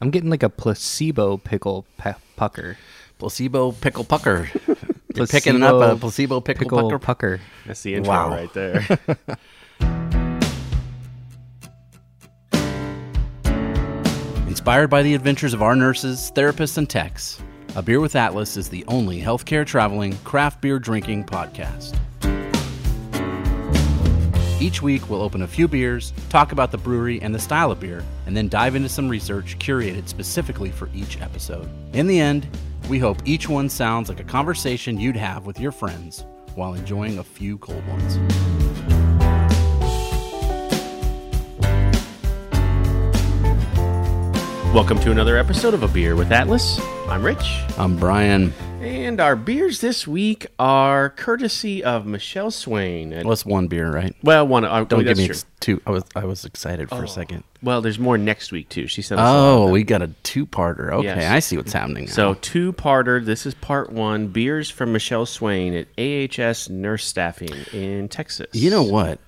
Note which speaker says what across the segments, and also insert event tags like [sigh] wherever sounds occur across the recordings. Speaker 1: I'm getting like a placebo pickle pe- pucker.
Speaker 2: Placebo pickle pucker. You're picking up a placebo pickle,
Speaker 1: Pickle
Speaker 2: pucker.
Speaker 1: pucker.
Speaker 3: That's the intro
Speaker 2: Wow.
Speaker 3: right there.
Speaker 2: Inspired by the adventures of our nurses, therapists, and techs, A Beer with Atlas is the only healthcare traveling craft beer drinking podcast. Each week, we'll open a few beers, talk about the brewery and the style of beer, and then dive into some research curated specifically for each episode. In the end, we hope each one sounds like a conversation you'd have with your friends while enjoying a few cold ones.
Speaker 3: Welcome to another episode of A Beer with Atlas. I'm Rich.
Speaker 2: I'm Brian.
Speaker 3: And our beers this week are courtesy of Michelle Swain. And,
Speaker 2: Well, it's one beer, right?
Speaker 3: well, one. Uh,
Speaker 2: Don't give
Speaker 3: that's
Speaker 2: me
Speaker 3: true.
Speaker 2: ex- two. I was I was excited for a second.
Speaker 3: Well, there's more next week too. She sent us. a lot.
Speaker 2: Oh, we got a two-parter. Okay,
Speaker 3: Yes.
Speaker 2: I see what's happening. Now.
Speaker 3: So two parter. This is part one. Beers from Michelle Swain at AHS Nurse Staffing in Texas.
Speaker 2: you know what?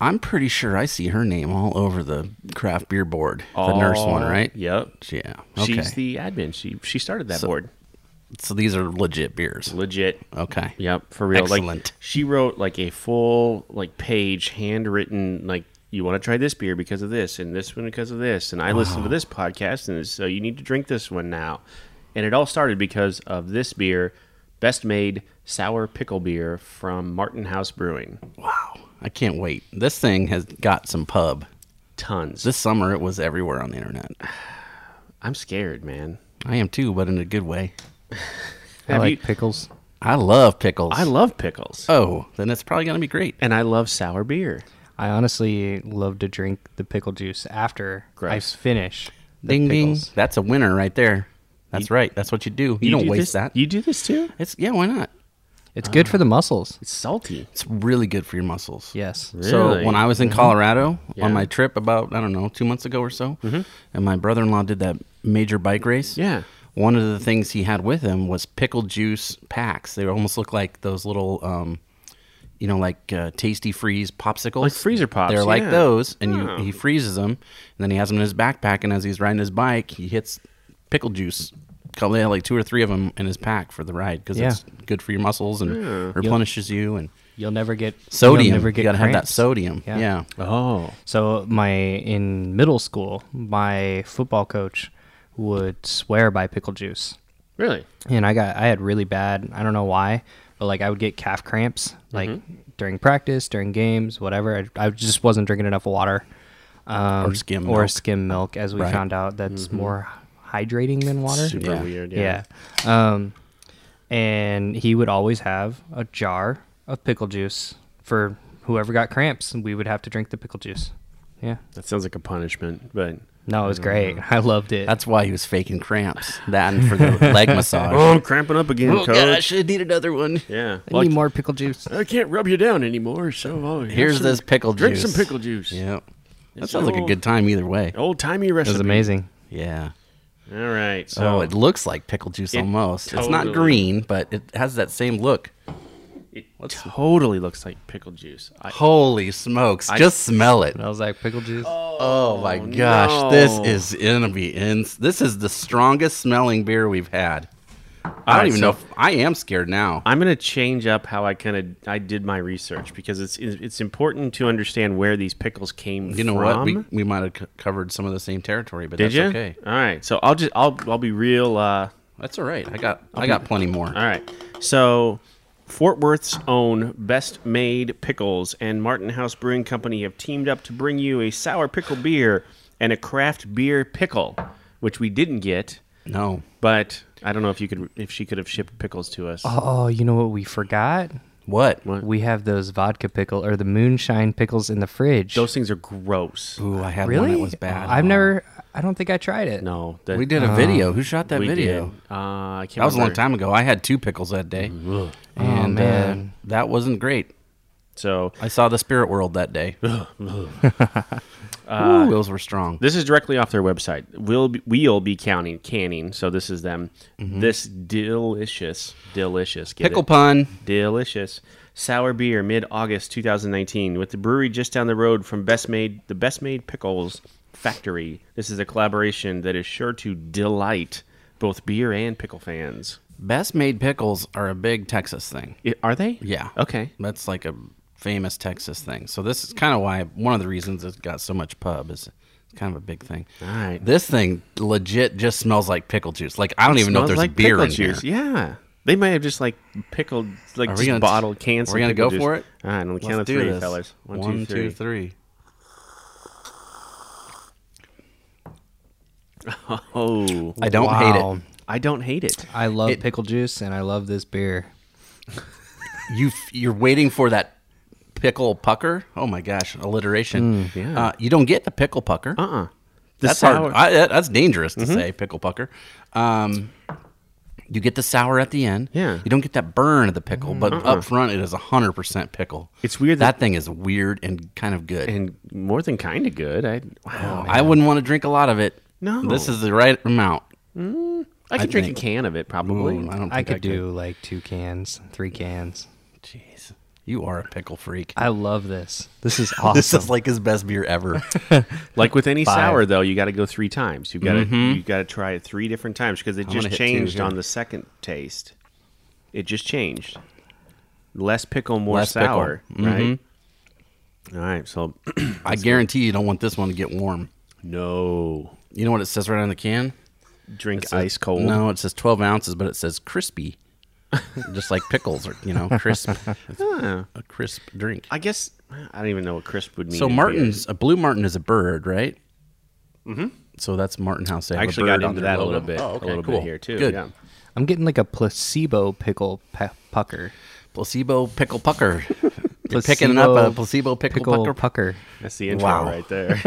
Speaker 2: I'm pretty sure I see her name all over the craft beer board, the nurse one,
Speaker 3: All-
Speaker 2: right?
Speaker 3: Yep.
Speaker 2: Yeah. Okay.
Speaker 3: She's the admin. She she started that board.
Speaker 2: so these are legit beers.
Speaker 3: Legit.
Speaker 2: Okay.
Speaker 3: Yep, for real. Like
Speaker 2: Excellent.
Speaker 3: she wrote like a full like page handwritten like you want to try this beer because of this and this one because of this and I listened to this podcast and so you need to drink this one now. And it all started because of this beer, best made sour pickle beer from Martin House Brewing.
Speaker 2: Wow. I can't wait. This thing has got some pub.
Speaker 3: Tons.
Speaker 2: This summer, it was everywhere on the internet.
Speaker 3: I'm scared, man.
Speaker 2: I am too, but in a good way.
Speaker 1: [laughs] I
Speaker 3: Have
Speaker 1: like
Speaker 3: you-
Speaker 1: pickles.
Speaker 2: I love pickles.
Speaker 3: I love pickles.
Speaker 2: Oh, then it's probably gonna be great.
Speaker 3: and I love sour beer.
Speaker 1: I honestly love to drink the pickle juice after I
Speaker 3: Gross.
Speaker 1: finish the
Speaker 2: Ding
Speaker 1: pickles.
Speaker 2: ding. That's a winner right there. That's right. That's what you do. You, don't
Speaker 3: do
Speaker 2: waste
Speaker 3: this-
Speaker 2: that.
Speaker 3: You do this too?
Speaker 2: It's yeah, why not?
Speaker 1: It's good for the muscles.
Speaker 3: It's salty.
Speaker 2: It's really good for your muscles.
Speaker 1: Yes.
Speaker 2: So
Speaker 3: Really? Mm-hmm.
Speaker 2: when I was in Colorado
Speaker 3: Yeah. Mm-hmm.
Speaker 2: on my trip about I don't know two months ago or so, and my brother-in-law did that major bike race.
Speaker 3: Yeah.
Speaker 2: One of the things he had with him was pickle juice packs. They almost look like those little, um, you know, like uh, Tasty Freeze popsicles,
Speaker 3: Like freezer pops,
Speaker 2: They're like
Speaker 3: yeah.
Speaker 2: those, and
Speaker 3: Oh.
Speaker 2: you, he freezes them, and then he has them in his backpack. And as he's riding his bike, he hits pickle juice. They had like two or three of them in his pack for the ride because
Speaker 1: Yeah.
Speaker 2: it's good for your muscles and replenishes you and
Speaker 1: You'll never get
Speaker 2: sodium.
Speaker 1: You'll never get
Speaker 2: you gotta have that
Speaker 1: cramps.
Speaker 2: sodium.
Speaker 1: Yeah.
Speaker 2: yeah.
Speaker 3: Oh.
Speaker 1: So my in middle school, my football coach would swear by pickle juice.
Speaker 3: Really?
Speaker 1: and I got I had really bad I don't know why, but like I would get calf cramps like during practice, during games, whatever. I, I just wasn't drinking enough water, um,
Speaker 2: Or skim
Speaker 1: or
Speaker 2: milk.
Speaker 1: skim milk, as we
Speaker 2: Right.
Speaker 1: found out that's more hydrating than water.
Speaker 3: Super
Speaker 2: Yeah.
Speaker 3: weird.
Speaker 1: Mm-hmm. yeah. Um, and he would always have a jar of pickle juice for whoever got cramps, and we would have to drink the pickle juice. Yeah,
Speaker 3: That sounds like a punishment, but
Speaker 1: no, it was great. [laughs] I loved it.
Speaker 2: That's why he was faking cramps. That and
Speaker 1: [laughs]
Speaker 2: for the leg
Speaker 3: oh,
Speaker 2: massage.
Speaker 3: I'm cramping up again,
Speaker 2: Oh,
Speaker 3: coach.
Speaker 2: God, I should need another one.
Speaker 3: Yeah,
Speaker 1: I need more pickle juice.
Speaker 3: I can't rub you down anymore. So oh, have
Speaker 2: Here's
Speaker 3: some-
Speaker 2: this pickle
Speaker 3: drink
Speaker 2: juice.
Speaker 3: some pickle juice.
Speaker 2: Yeah. That
Speaker 3: It's Oh.
Speaker 2: sounds like a
Speaker 3: old-
Speaker 2: good time either way.
Speaker 3: Old timey
Speaker 1: It
Speaker 3: recipe.
Speaker 1: was amazing.
Speaker 2: Yeah.
Speaker 3: All right.
Speaker 2: oh,
Speaker 3: So
Speaker 2: it looks like pickle juice
Speaker 3: It
Speaker 2: almost. It's not
Speaker 3: totally-
Speaker 2: green, but it has that same look.
Speaker 3: it totally looks like pickle juice. I,
Speaker 2: Holy smokes. Just smell it.
Speaker 1: And I was like, pickle juice.
Speaker 2: Oh, my gosh.
Speaker 3: no.
Speaker 2: This is gonna be ins this is the strongest smelling beer we've had. I don't
Speaker 3: right,
Speaker 2: even know
Speaker 3: so-
Speaker 2: if I am scared now.
Speaker 3: I'm gonna change up how I kind of I did my research because it's it's important to understand where these pickles came from.
Speaker 2: you know what? We, we might have c- covered some of the same territory, but
Speaker 3: did
Speaker 2: that's
Speaker 3: you?
Speaker 2: okay.
Speaker 3: All right. So I'll just I'll I'll be real. uh
Speaker 2: That's all right. I got I got plenty more.
Speaker 3: All right. So, Fort Worth's own Best Made Pickles and Martin House Brewing Company have teamed up to bring you a sour pickle beer and a craft beer pickle, which we didn't get,
Speaker 2: No.
Speaker 3: but I don't know if you could if she could have shipped pickles to us.
Speaker 1: Oh, you know what we forgot?
Speaker 2: What?
Speaker 3: What?
Speaker 1: We have those vodka pickle or the moonshine pickles in the fridge.
Speaker 3: Those things are gross.
Speaker 2: Ooh, I had
Speaker 1: really?
Speaker 2: one that was bad.
Speaker 1: I've never. I don't think I tried it.
Speaker 3: No, that,
Speaker 2: We did a video. Who shot that
Speaker 3: we
Speaker 2: video?
Speaker 3: did. Uh, I can't
Speaker 2: That was a long
Speaker 3: remember.
Speaker 2: time ago. I had two pickles that day, and uh,
Speaker 1: man.
Speaker 2: that wasn't great.
Speaker 3: So
Speaker 2: I saw the Spirit World that day. [laughs] Ooh, those were strong.
Speaker 3: This is directly off their website. We'll be, we'll be counting canning. So this is them. This delicious, delicious. Get
Speaker 2: Mm-hmm. Pickle
Speaker 3: it?
Speaker 2: pun.
Speaker 3: delicious sour beer mid-august 2019 with the brewery just down the road from best made the best made pickles Factory. This is a collaboration that is sure to delight both beer and pickle fans.
Speaker 2: Best made pickles are a big Texas thing.
Speaker 3: I- Are they?
Speaker 2: Yeah.
Speaker 3: Okay.
Speaker 2: That's like a famous Texas thing. So this is kind of why one of the reasons it's got so much pub is it's kind of a big thing. All
Speaker 3: right.
Speaker 2: This thing legit just smells like pickle juice. Like I don't even know if
Speaker 3: Smells
Speaker 2: there's
Speaker 3: like
Speaker 2: beer
Speaker 3: pickle
Speaker 2: in
Speaker 3: juice.
Speaker 2: here.
Speaker 3: Yeah. They might have just like pickled, like
Speaker 2: we
Speaker 3: just
Speaker 2: gonna-
Speaker 3: bottled cans.
Speaker 2: we're gonna
Speaker 3: of pickle
Speaker 2: go
Speaker 3: juice.
Speaker 2: for it?
Speaker 3: All right, on the count of
Speaker 2: Let's do
Speaker 3: three,
Speaker 2: this.
Speaker 3: fellas. One, two, three.
Speaker 2: One, two, three.
Speaker 3: Oh,
Speaker 2: I don't
Speaker 1: Wow.
Speaker 2: hate
Speaker 3: I don't hate it.
Speaker 1: I love
Speaker 2: It-
Speaker 1: pickle juice and I love this beer.
Speaker 2: it. You f- you're waiting for that pickle pucker. Oh my gosh, alliteration.
Speaker 3: Mm, yeah.
Speaker 2: Uh, you don't get the pickle pucker.
Speaker 3: Uh uh
Speaker 2: Uh-uh. that's hard. I, that- that's dangerous to say pickle pucker. Um, you get the sour at the end.
Speaker 3: Yeah.
Speaker 2: You don't get that burn of the pickle, but up front it is hundred percent pickle.
Speaker 3: It's weird
Speaker 2: That,
Speaker 3: that-
Speaker 2: thing Uh-uh. is weird and kind of good. Oh,
Speaker 3: and more than kind of good. I wow.
Speaker 2: I wouldn't want to drink a lot of it.
Speaker 3: No.
Speaker 2: This is the right amount.
Speaker 3: I could
Speaker 2: I
Speaker 3: drink
Speaker 2: think-
Speaker 3: a can of it
Speaker 2: Ooh,
Speaker 3: probably.
Speaker 2: I don't. Think
Speaker 1: I could do like two cans, three cans.
Speaker 2: Jeez, you are a pickle freak. [laughs]
Speaker 1: I love this. This is awesome.
Speaker 2: This is like his best beer ever.
Speaker 3: Like with any
Speaker 1: Five.
Speaker 3: sour though, you got to go three times. You've got to you've got to try it three different times because it
Speaker 2: Mm-hmm. I'm gonna
Speaker 3: just
Speaker 2: hit two
Speaker 3: changed
Speaker 2: here.
Speaker 3: on the second taste. It just changed. Less pickle, more
Speaker 2: Less pickle. Mm-hmm.
Speaker 3: sour, right? All right, so
Speaker 2: [laughs]
Speaker 3: [clears throat]
Speaker 2: I guarantee you don't want this one to get warm.
Speaker 3: no
Speaker 2: You know what it says right on the can?
Speaker 3: drink
Speaker 2: says-
Speaker 3: ice cold.
Speaker 2: No, it says 12 ounces, but it says
Speaker 3: [laughs]
Speaker 2: crispy. Just like pickles are, you know, crisp. It's
Speaker 3: Huh.
Speaker 2: a crisp drink.
Speaker 3: I guess I don't even know what crisp would mean.
Speaker 2: so
Speaker 3: in beer.
Speaker 2: Martin's, a blue Martin is a bird, right? Mm-hmm. So that's Martin House. They
Speaker 3: I
Speaker 2: have
Speaker 3: actually
Speaker 2: a bird
Speaker 3: got
Speaker 2: on
Speaker 3: into
Speaker 2: their
Speaker 3: that a
Speaker 2: logo.
Speaker 3: little bit,
Speaker 2: Oh, okay,
Speaker 3: a little
Speaker 2: cool.
Speaker 3: bit here too.
Speaker 2: Good.
Speaker 3: Yeah.
Speaker 1: I'm getting like a placebo pickle pe- pucker.
Speaker 2: Placebo pickle
Speaker 3: [laughs]
Speaker 2: pucker. You're picking up a placebo pickle, pucker.
Speaker 1: pucker.
Speaker 3: That's the intro
Speaker 2: Wow.
Speaker 3: right
Speaker 2: [laughs]
Speaker 3: there.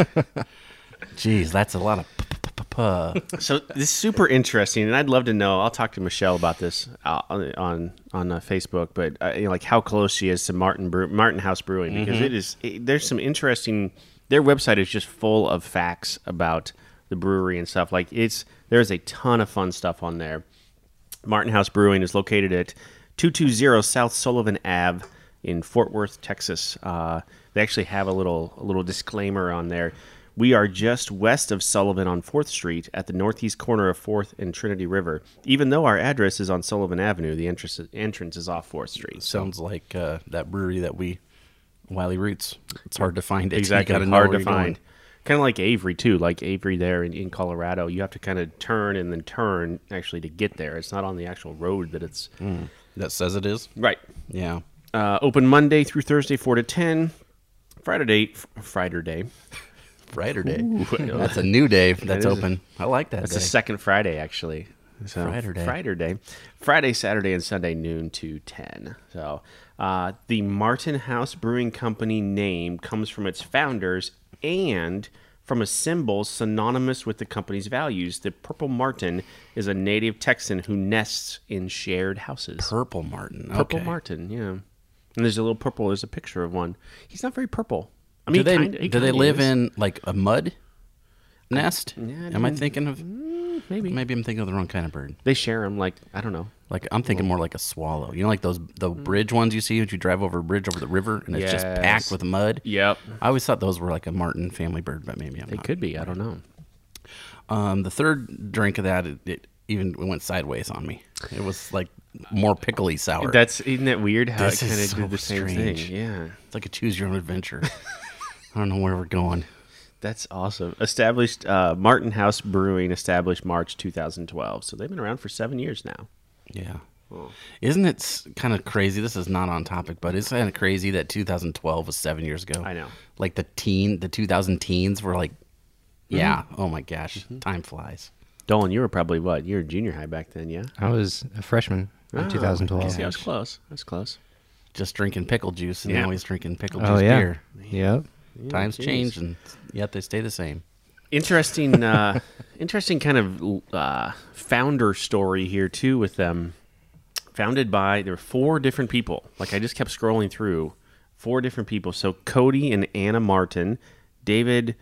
Speaker 2: Jeez, that's a lot of. p- p- p- p-
Speaker 3: [laughs]
Speaker 2: p-
Speaker 3: So this is super interesting, and I'd love to know. I'll talk to Michelle about this uh, on on uh, Facebook, but uh, you know, like how close she is to Martin Brew- Martin House Brewing because it is it, there's some interesting. Their website is just full of facts about the brewery and stuff. Like it's there's a ton of fun stuff on there. Martin House Brewing is located at 220 South Sullivan Ave in Fort Worth, Texas. Uh, they actually have a little a little disclaimer on there. We are just west of Sullivan on 4th Street at the northeast corner of 4th and Trinity River. Even though our address is on Sullivan Avenue, the entrance, entrance is off 4th Street.
Speaker 2: Sounds like uh, that brewery that we, Wiley Roots. It's hard to find it. You
Speaker 3: exactly
Speaker 2: gotta know
Speaker 3: hard
Speaker 2: where
Speaker 3: to
Speaker 2: you're going.
Speaker 3: find kind of like avery too like avery there in, in colorado you have to kind of turn and then turn actually to get there it's not on the actual road that it's
Speaker 2: That says it is.
Speaker 3: right
Speaker 2: Yeah.
Speaker 3: uh, open monday through thursday 4 to 10 friday day f- friday day
Speaker 2: Brighter day.
Speaker 3: that's
Speaker 2: [laughs] That's a new day that's
Speaker 3: is a-
Speaker 2: open. I like that.
Speaker 3: the
Speaker 2: day.
Speaker 3: second friday actually so
Speaker 2: Friday day.
Speaker 3: friday day friday saturday and sunday noon to 10 so uh, the martin house brewing company name comes from its founders and from a symbol synonymous with the company's values the purple martin is a native texan who nests in shared houses
Speaker 2: Purple Martin.
Speaker 3: purple
Speaker 2: okay.
Speaker 3: martin yeah and there's a little purple there's a picture of one he's not very purple i
Speaker 2: Do
Speaker 3: mean
Speaker 2: they
Speaker 3: he kinda- he
Speaker 2: do they
Speaker 3: kinda
Speaker 2: live
Speaker 3: is.
Speaker 2: in like a mud nest? Am I thinking of?
Speaker 3: maybe.
Speaker 2: Maybe I'm thinking of the wrong kind of bird.
Speaker 3: they share them like i don't know
Speaker 2: Like I'm thinking more like a swallow. You know, like those the
Speaker 3: Mm.
Speaker 2: bridge ones you see when you drive over a bridge over the river and it's just packed
Speaker 3: Yes.
Speaker 2: with mud.
Speaker 3: yep
Speaker 2: I always thought those were like a Martin family bird, but maybe I'm
Speaker 3: they
Speaker 2: not.
Speaker 3: could be i don't know
Speaker 2: Um, the third drink of that, it, it even went sideways on me. It was like more pickly sour.
Speaker 3: That's isn't that weird how
Speaker 2: This is
Speaker 3: it kind of
Speaker 2: so
Speaker 3: did the same
Speaker 2: strange.
Speaker 3: thing. Yeah,
Speaker 2: it's like a choose your own adventure. [laughs] I don't know where we're going.
Speaker 3: that's awesome. Established uh, Martin House Brewing, established March 2012. So they've been around for seven years now.
Speaker 2: Yeah. Isn't it kind of crazy? This is not on topic, but it's kind of crazy that 2012 was seven years ago.
Speaker 3: I know.
Speaker 2: Like the teen, the 2000 teens were like,
Speaker 3: Mm-hmm.
Speaker 2: yeah, oh my gosh, time flies.
Speaker 3: Dolan, you were probably what? You were junior high back then, yeah?
Speaker 1: I was a freshman in
Speaker 2: Oh,
Speaker 3: Ah, I
Speaker 1: 2012.
Speaker 3: see, I was close. I was close.
Speaker 2: Just drinking pickle juice, and
Speaker 3: Yeah.
Speaker 2: now he's drinking pickle juice
Speaker 1: Oh yeah.
Speaker 2: beer.
Speaker 1: Yep.
Speaker 2: Times
Speaker 3: geez.
Speaker 2: change, and yet they stay the same.
Speaker 3: Interesting, uh, [laughs] interesting kind of uh, founder story here too with them. Founded by there were four different people. Like I just kept scrolling through four different people. So Cody and Anna Martin, David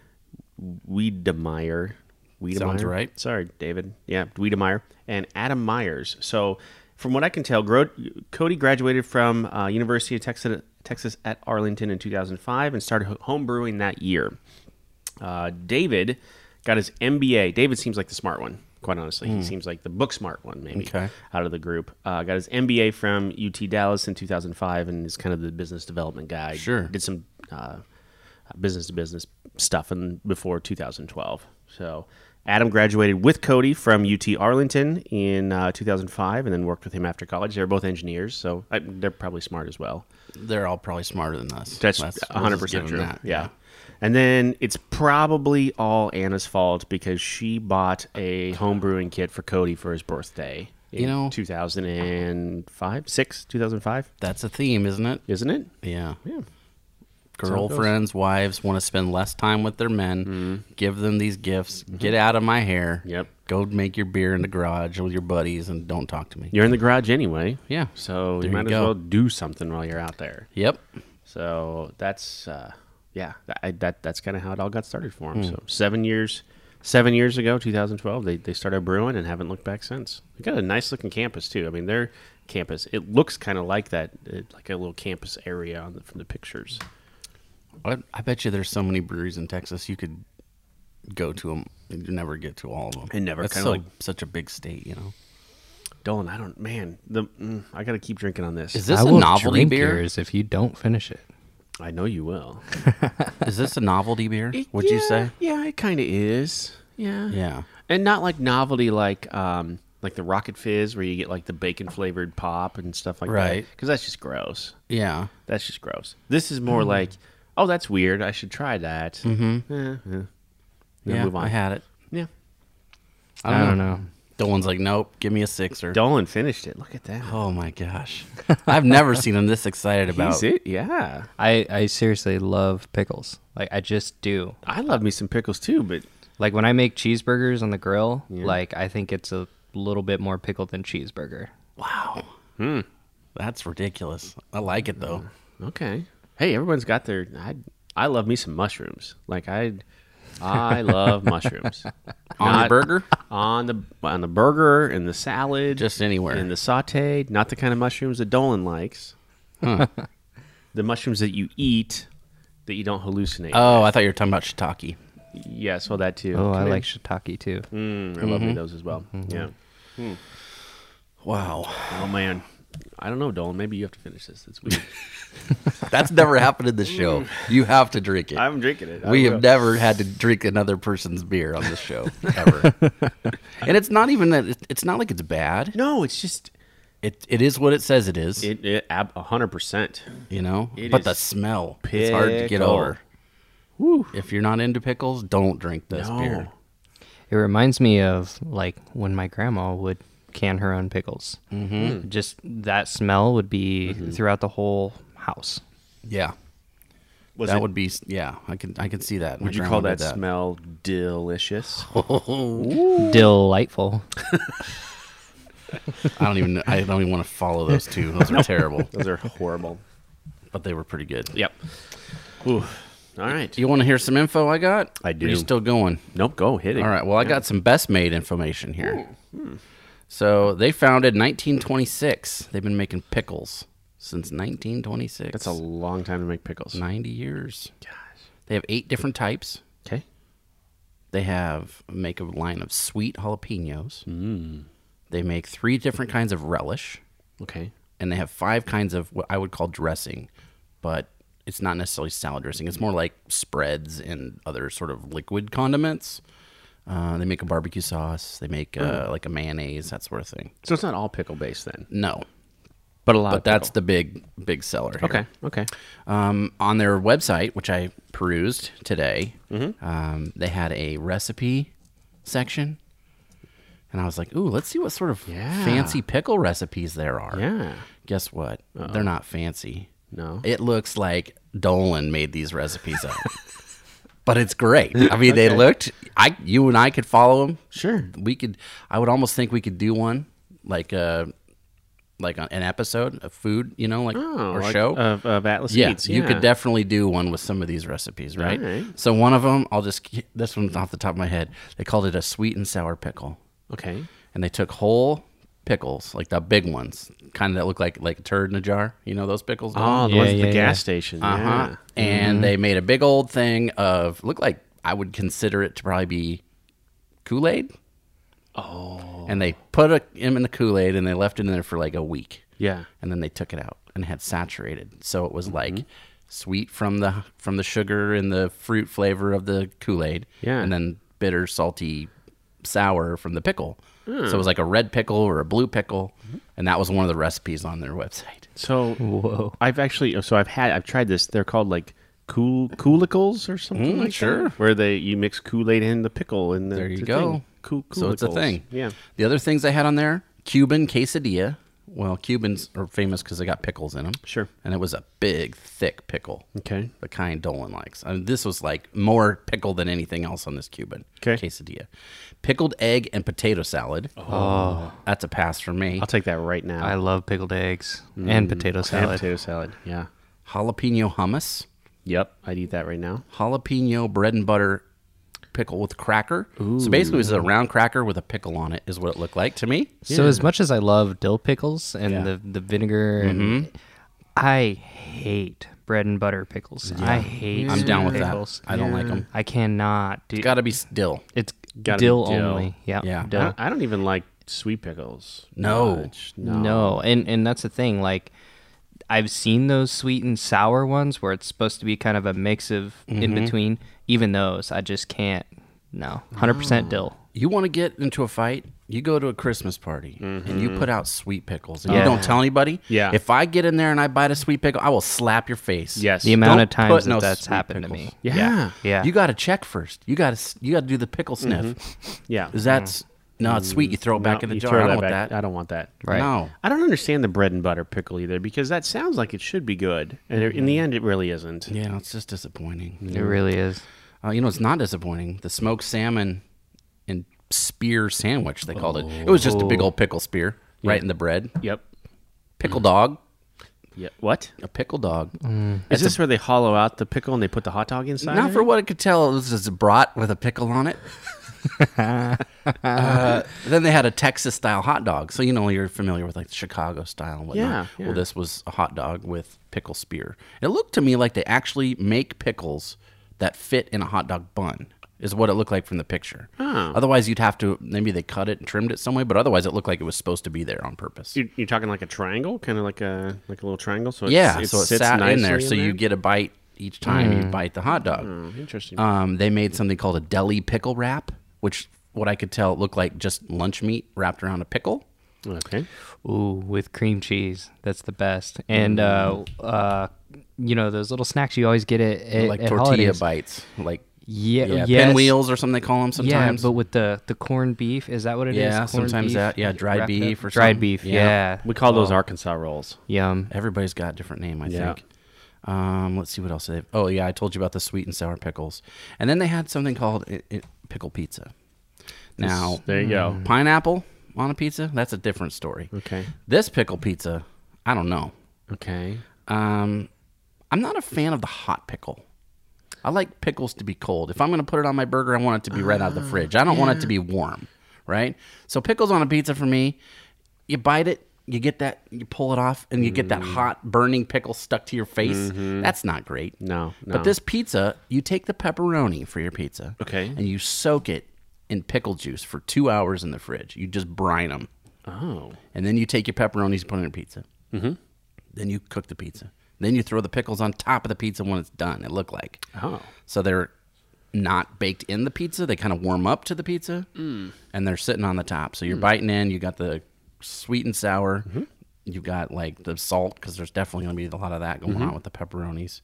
Speaker 3: Wiedemeyer. Wiedemeyer.
Speaker 2: Sounds right.
Speaker 3: Sorry, David. Yeah, Wiedemeyer and Adam Myers. So, from what I can tell, Gro- Cody graduated from uh, University of Texas, Texas at Arlington in 2005 and started home brewing that year. Uh, David got his MBA. David seems like the smart one, quite honestly. He seems like the book smart one, maybe,
Speaker 2: Hmm. Okay.
Speaker 3: out of the group. Uh, got his MBA from UT Dallas in 2005 and is kind of the business development guy.
Speaker 2: Sure.
Speaker 3: Did some uh, business to business stuff in, before 2012. So Adam graduated with Cody from UT Arlington in uh, 2005 and then worked with him after college. They're both engineers, so I, they're probably smart as well.
Speaker 2: They're all probably smarter than us.
Speaker 3: That's
Speaker 2: Let's- we'll just
Speaker 3: 100
Speaker 2: give
Speaker 3: percent true.
Speaker 2: them that.
Speaker 3: yeah. And then it's probably all Anna's fault because she bought a home brewing kit for Cody for his birthday. In
Speaker 2: You know-
Speaker 3: 2005, six, 2005,
Speaker 2: That's a theme, isn't it?
Speaker 3: isn't it?
Speaker 2: Yeah.
Speaker 3: Yeah.
Speaker 2: Girlfriends, wives want to spend less time with their men. Give them these gifts. Get out of my hair.
Speaker 3: Mm-hmm. Yep.
Speaker 2: Go make your beer in the garage with your buddies and don't talk to me.
Speaker 3: You're in the garage anyway.
Speaker 2: Yeah.
Speaker 3: So
Speaker 2: There
Speaker 3: you might
Speaker 2: you
Speaker 3: as
Speaker 2: go.
Speaker 3: well do something while you're out there.
Speaker 2: Yep.
Speaker 3: So that's uh, yeah, th- I, that that's kind of how it all got started for him. So seven years, seven years ago, 2012, they they started brewing and haven't looked back since. They got a nice looking campus too. I mean, their campus it looks kind of like that, uh like a little campus area on the, from the pictures.
Speaker 2: I, I bet you there's so many breweries in Texas you could go to them and you never get to all of them.
Speaker 3: And never
Speaker 2: That's
Speaker 3: kinda
Speaker 2: so,
Speaker 3: like-
Speaker 2: such a big state, you know.
Speaker 3: Dolan, I don't, man, the mm, I gotta keep drinking on this.
Speaker 2: Is this
Speaker 1: I
Speaker 2: a
Speaker 1: will
Speaker 2: novelty
Speaker 1: drink
Speaker 2: beer?
Speaker 1: yours if you don't finish it.
Speaker 3: I know you will.
Speaker 2: Is this a novelty
Speaker 3: [laughs]
Speaker 2: beer?
Speaker 3: It-
Speaker 2: Would you
Speaker 3: yeah,
Speaker 2: say?
Speaker 3: Yeah, it kind of is. Yeah.
Speaker 2: Yeah.
Speaker 3: And not like novelty, like um, like the Rocket Fizz, where you get like the bacon flavored pop and stuff like that.
Speaker 2: Right.
Speaker 3: Because that's just gross.
Speaker 2: Yeah.
Speaker 3: That's just gross. This is
Speaker 2: Mm-hmm.
Speaker 3: more like, oh, that's weird. I should try that. Mm-hmm. Yeah. yeah. Then
Speaker 2: yeah
Speaker 3: move on.
Speaker 2: I had it.
Speaker 3: yeah.
Speaker 1: I don't, know.
Speaker 2: Dolan's like, nope. Give me a sixer.
Speaker 3: Dolan finished it. Look at that.
Speaker 2: Oh my
Speaker 3: [laughs]
Speaker 2: gosh. I've never seen him this excited about
Speaker 3: He's it. Yeah.
Speaker 1: I, I seriously love pickles. Like I just do.
Speaker 3: I love me some pickles too, but
Speaker 1: Like when I make cheeseburgers on the grill,
Speaker 3: Yeah.
Speaker 1: like I think it's a little bit more pickle than cheeseburger.
Speaker 2: Wow. That's ridiculous. I like it though.
Speaker 3: okay. Hey, everyone's got their. I I love me some mushrooms. Like I, I love mushrooms.
Speaker 2: [laughs] On your
Speaker 3: Not-
Speaker 2: burger?
Speaker 3: on the on the burger and the salad,
Speaker 2: Just anywhere.
Speaker 3: and the sauteed. Not the kind of mushrooms that Dolan likes.
Speaker 2: Hmm.
Speaker 3: the mushrooms that you eat that you don't hallucinate.
Speaker 2: oh, I thought you were talking about shiitake.
Speaker 3: yes, well that too.
Speaker 1: Oh, I
Speaker 3: Come
Speaker 1: like shiitake too.
Speaker 3: in. Mm, I love
Speaker 2: Mm-hmm.
Speaker 3: me those as well. Yeah. Hmm.
Speaker 2: Wow.
Speaker 3: Oh man, I don't know, Dolan. Maybe you have to finish this. It's weird.
Speaker 2: That's never happened in this show. You have to drink it.
Speaker 3: Mm. I'm drinking it. [laughs] I
Speaker 2: we
Speaker 3: will.
Speaker 2: have never had to drink another person's beer on this
Speaker 3: [laughs]
Speaker 2: show ever. and it's not even that it- it's not like it's bad.
Speaker 3: No, it's just
Speaker 2: It it is what it says it is,
Speaker 3: it. it ab- a hundred percent.
Speaker 2: you know?
Speaker 3: it
Speaker 2: But
Speaker 3: is
Speaker 2: the smell, it's hard to get
Speaker 3: pickle.
Speaker 2: over. If you're not into pickles, don't drink this
Speaker 3: No.
Speaker 2: beer.
Speaker 1: It reminds me of like when my grandma would can her own pickles.
Speaker 3: Mm.
Speaker 1: Mm-hmm. Just that smell would be throughout the whole house.
Speaker 2: Yeah.
Speaker 3: Was
Speaker 2: that
Speaker 3: it-
Speaker 2: would be yeah. I can I can see that. My
Speaker 3: Would you
Speaker 2: grandma
Speaker 3: call
Speaker 2: did
Speaker 3: that, smell [laughs] delicious?
Speaker 1: Delightful.
Speaker 2: I don't even I don't even want to follow those two. Those
Speaker 3: [laughs]
Speaker 2: are terrible,
Speaker 3: Those are horrible.
Speaker 2: but they were pretty good.
Speaker 3: Yep. Ooh. All right.
Speaker 2: Do you want to hear some info I got?
Speaker 3: I
Speaker 2: Or
Speaker 3: do.
Speaker 2: You still going?
Speaker 3: Nope. Go hit it.
Speaker 2: All right. Well, I got some best made information here.
Speaker 3: hmm.
Speaker 2: So they founded 1926. They've been making pickles since 1926.
Speaker 3: That's a long time to make pickles.
Speaker 2: 90 years. They have eight different types.
Speaker 3: Okay.
Speaker 2: They have make a line of sweet jalapenos.
Speaker 3: Hmm.
Speaker 2: They make three different kinds of relish.
Speaker 3: Okay.
Speaker 2: and they have five kinds of what I would call dressing, but it's not necessarily salad dressing. It's more like spreads and other sort of liquid condiments. Uh, they make a barbecue sauce. They make
Speaker 3: Mm.
Speaker 2: uh, like a mayonnaise, that sort of thing.
Speaker 3: So it's not all pickle based then,
Speaker 2: No,
Speaker 3: but a lot.
Speaker 2: but that's the big big seller. Here.
Speaker 3: okay. Okay.
Speaker 2: Um, on their website, which I perused today,
Speaker 3: Mm-hmm.
Speaker 2: um, they had a recipe section, and I was like, "Ooh, let's see what sort of
Speaker 3: Yeah.
Speaker 2: fancy pickle recipes there are."
Speaker 3: Yeah.
Speaker 2: Guess what? They're not fancy.
Speaker 3: No.
Speaker 2: It looks like Dolan made these recipes
Speaker 3: [laughs]
Speaker 2: up. but it's great. I mean, they looked I you and I could follow them.
Speaker 3: Sure.
Speaker 2: We could I would almost think we could do one like uh like an episode of food, you know, like or
Speaker 3: Oh, like, uh,
Speaker 2: show.
Speaker 3: of, of Atlas
Speaker 2: yeah,
Speaker 3: Eats.
Speaker 2: you could definitely do one with some of these recipes, right?
Speaker 3: Alright.
Speaker 2: So one of them, I'll just this one's off the top of my head. They called it a sweet and sour pickle
Speaker 3: Okay.
Speaker 2: and they took whole pickles, like the big ones, kind of that look like like a turd in a jar. You know those pickles?
Speaker 3: Oh, the
Speaker 1: Yeah,
Speaker 3: ones at the
Speaker 1: yeah,
Speaker 3: gas
Speaker 2: Uh-huh.
Speaker 1: yeah.
Speaker 3: station.
Speaker 2: uh huh. And they made a big old thing of look like I would consider it to probably be Kool Aid.
Speaker 3: Oh.
Speaker 2: And they put a, him in the Kool Aid and they left it in there for like a week.
Speaker 3: Yeah.
Speaker 2: and then they took it out and had saturated. So it was
Speaker 3: Mm-hmm.
Speaker 2: like sweet from the from the sugar and the fruit flavor of the Kool Aid,
Speaker 3: Yeah.
Speaker 2: and then bitter, salty, sour from the pickle.
Speaker 3: Oh.
Speaker 2: So it was like a red pickle or a blue pickle,
Speaker 3: Mm-hmm.
Speaker 2: and that was one of the recipes on their website.
Speaker 3: So I've actually so I've had I've tried this. They're called like cool coolicles or something
Speaker 2: Mm,
Speaker 3: like
Speaker 2: sure.
Speaker 3: that, where they you mix Kool Aid and the pickle and the,
Speaker 2: There you
Speaker 3: the
Speaker 2: go.
Speaker 3: Thing. Cool,
Speaker 2: So it's a
Speaker 3: coolicles.
Speaker 2: thing.
Speaker 3: Yeah.
Speaker 2: The other things they had on there: Cuban quesadilla. Well, Cubans are famous because they got pickles in them.
Speaker 3: Sure.
Speaker 2: And it was a big, thick pickle.
Speaker 3: Okay.
Speaker 2: the kind Dolan likes. I mean, this was like more pickle than anything else on this Cuban
Speaker 3: Okay.
Speaker 2: quesadilla. Pickled egg and potato salad. Oh, that's a pass for me.
Speaker 3: I'll take that right now.
Speaker 1: I love pickled eggs and potato
Speaker 3: And
Speaker 1: salad.
Speaker 3: potato salad. Yeah.
Speaker 2: Jalapeno hummus,
Speaker 3: Yep. I'd eat that right now.
Speaker 2: jalapeno bread and butter pickle with cracker. So basically, it was a round cracker with a pickle on it. Is what it looked like to me.
Speaker 1: So as much as I love dill pickles and
Speaker 2: Yeah. Mm-hmm.
Speaker 1: the the vinegar, and I hate bread and butter pickles. I hate.
Speaker 2: I'm down with
Speaker 1: sweet
Speaker 2: that.
Speaker 1: pickles.
Speaker 2: I don't like them.
Speaker 1: I cannot do.
Speaker 2: Got to be still.
Speaker 1: it's dill,
Speaker 3: gotta be dill.
Speaker 1: only. Yeah.
Speaker 2: Yeah.
Speaker 3: I
Speaker 1: Dill.
Speaker 3: don't, I don't even like sweet pickles.
Speaker 2: No.
Speaker 3: much.
Speaker 1: No.
Speaker 3: No.
Speaker 1: and and that's the thing. Like, I've seen those sweet and sour ones where it's supposed to be kind of a mix of in
Speaker 2: Mm-hmm.
Speaker 1: between. Even those, I just can't. No, hundred percent dill.
Speaker 2: You want to get into a fight? You go to a Christmas party and you put out sweet pickles and you
Speaker 1: Yeah.
Speaker 2: don't tell anybody.
Speaker 3: Mm-hmm. Yeah.
Speaker 2: If I get in there and I bite a sweet pickle, I will slap your face.
Speaker 3: Yes.
Speaker 1: The amount
Speaker 2: Don't
Speaker 1: of
Speaker 2: put
Speaker 1: times that
Speaker 2: no
Speaker 1: that's
Speaker 2: sweet
Speaker 1: happened to
Speaker 2: pickles.
Speaker 1: me.
Speaker 3: Yeah.
Speaker 1: Yeah.
Speaker 2: You got to check first. You got to you got to do the pickle sniff.
Speaker 3: Yeah.
Speaker 2: Is that s- no? It's sweet. You throw it back
Speaker 3: Mm-hmm. No,
Speaker 2: in the
Speaker 3: you
Speaker 2: jar.
Speaker 3: throw
Speaker 2: I don't
Speaker 3: that
Speaker 2: want
Speaker 3: back.
Speaker 2: that.
Speaker 3: I don't want that.
Speaker 1: Right.
Speaker 2: No.
Speaker 3: I don't understand the bread and butter pickle either because that sounds like it should be good, and in the end, it really isn't.
Speaker 2: Mm. Yeah, it's just disappointing.
Speaker 1: It really is.
Speaker 2: Uh, you know, it's not disappointing. The smoked salmon and spear sandwich they called it. It was just a big
Speaker 3: Oh.
Speaker 2: old pickle spear right in the bread.
Speaker 3: Yep.
Speaker 2: Pickle dog.
Speaker 3: Yeah. What?
Speaker 2: A pickle dog.
Speaker 3: Is this where they hollow out the pickle and they put the hot dog inside?
Speaker 2: Not
Speaker 3: of
Speaker 2: for
Speaker 3: it?
Speaker 2: what I could tell. It was just a brat with a pickle on
Speaker 3: [laughs]
Speaker 2: it. Uh, then they had a Texas style hot dog. So, you know, you're familiar with like the Chicago style and whatnot.
Speaker 3: Yeah, yeah.
Speaker 2: Well, this was a hot dog with pickle spear. It looked to me like they actually make pickles that fit in a hot dog bun, is what it looked like from the picture.
Speaker 3: Oh.
Speaker 2: Otherwise, you'd have to maybe they cut it and trimmed it some way, but otherwise, it looked like it was supposed to be there on purpose.
Speaker 3: You- You're talking like a triangle, kind of like a like a little triangle. So it's,
Speaker 2: yeah,
Speaker 3: it
Speaker 2: so it
Speaker 3: sits
Speaker 2: sat in
Speaker 3: nicely
Speaker 2: there. so you get a bite each time you bite the hot dog.
Speaker 3: Oh, interesting.
Speaker 2: Um, they made something called a deli pickle wrap, which what I could tell looked like just lunch meat wrapped around a pickle.
Speaker 3: okay.
Speaker 1: Ooh, with cream cheese. That's the best. And
Speaker 2: Mm.
Speaker 1: uh, uh, you know those little snacks you always get at, at
Speaker 2: like
Speaker 1: at
Speaker 2: tortilla
Speaker 1: holidays.
Speaker 2: bites, like
Speaker 1: Yeah,
Speaker 2: yeah,
Speaker 1: yes.
Speaker 2: pinwheels or something they call them
Speaker 1: Yeah,
Speaker 2: sometimes.
Speaker 1: but with the the corned beef, is that what it is?
Speaker 2: Yeah,
Speaker 1: Corned
Speaker 2: sometimes
Speaker 1: beef
Speaker 2: that- yeah, dried
Speaker 1: wrapped up?
Speaker 2: beef or
Speaker 1: dried
Speaker 2: something.
Speaker 1: beef.
Speaker 2: Yeah.
Speaker 1: Yeah,
Speaker 3: We call those Arkansas rolls.
Speaker 1: yum.
Speaker 2: everybody's got a different name, I
Speaker 3: Yeah.
Speaker 2: think. Um, let's see what else they. Have. Oh yeah, I told you about the sweet and sour pickles, and then they had something called i i pickle pizza. Now Mm.
Speaker 3: There you go.
Speaker 2: pineapple on a pizza—that's a different story.
Speaker 3: Okay.
Speaker 2: This pickle pizza, I don't know.
Speaker 3: Okay.
Speaker 2: Um, I'm not a fan of the hot pickle. I like pickles to be cold. If I'm going to put it on my burger, I want it to be right out of
Speaker 3: Ah,
Speaker 2: the fridge. I don't want it to be warm, right? So pickles on a pizza for me, you bite it, you get that, you pull it off, and you get that
Speaker 3: Mm.
Speaker 2: hot burning pickle stuck to your face. That's not great.
Speaker 3: Mm-hmm. No,
Speaker 2: But
Speaker 3: no.
Speaker 2: this pizza, you take the pepperoni for your pizza,
Speaker 3: Okay.
Speaker 2: and you soak it in pickle juice for two hours in the fridge. You just brine them
Speaker 3: Oh.
Speaker 2: and then you take your pepperonis and put it in a pizza. Mm-hmm. Then you cook the pizza. Then you throw the pickles on top of the pizza when it's done. It looked like
Speaker 3: Oh.
Speaker 2: so they're not baked in the pizza. They kind of warm up to the pizza, and they're sitting on the top. So you're biting in. You got the sweet and sour. You got like the salt because there's definitely going to be a lot of that going on with the pepperonis.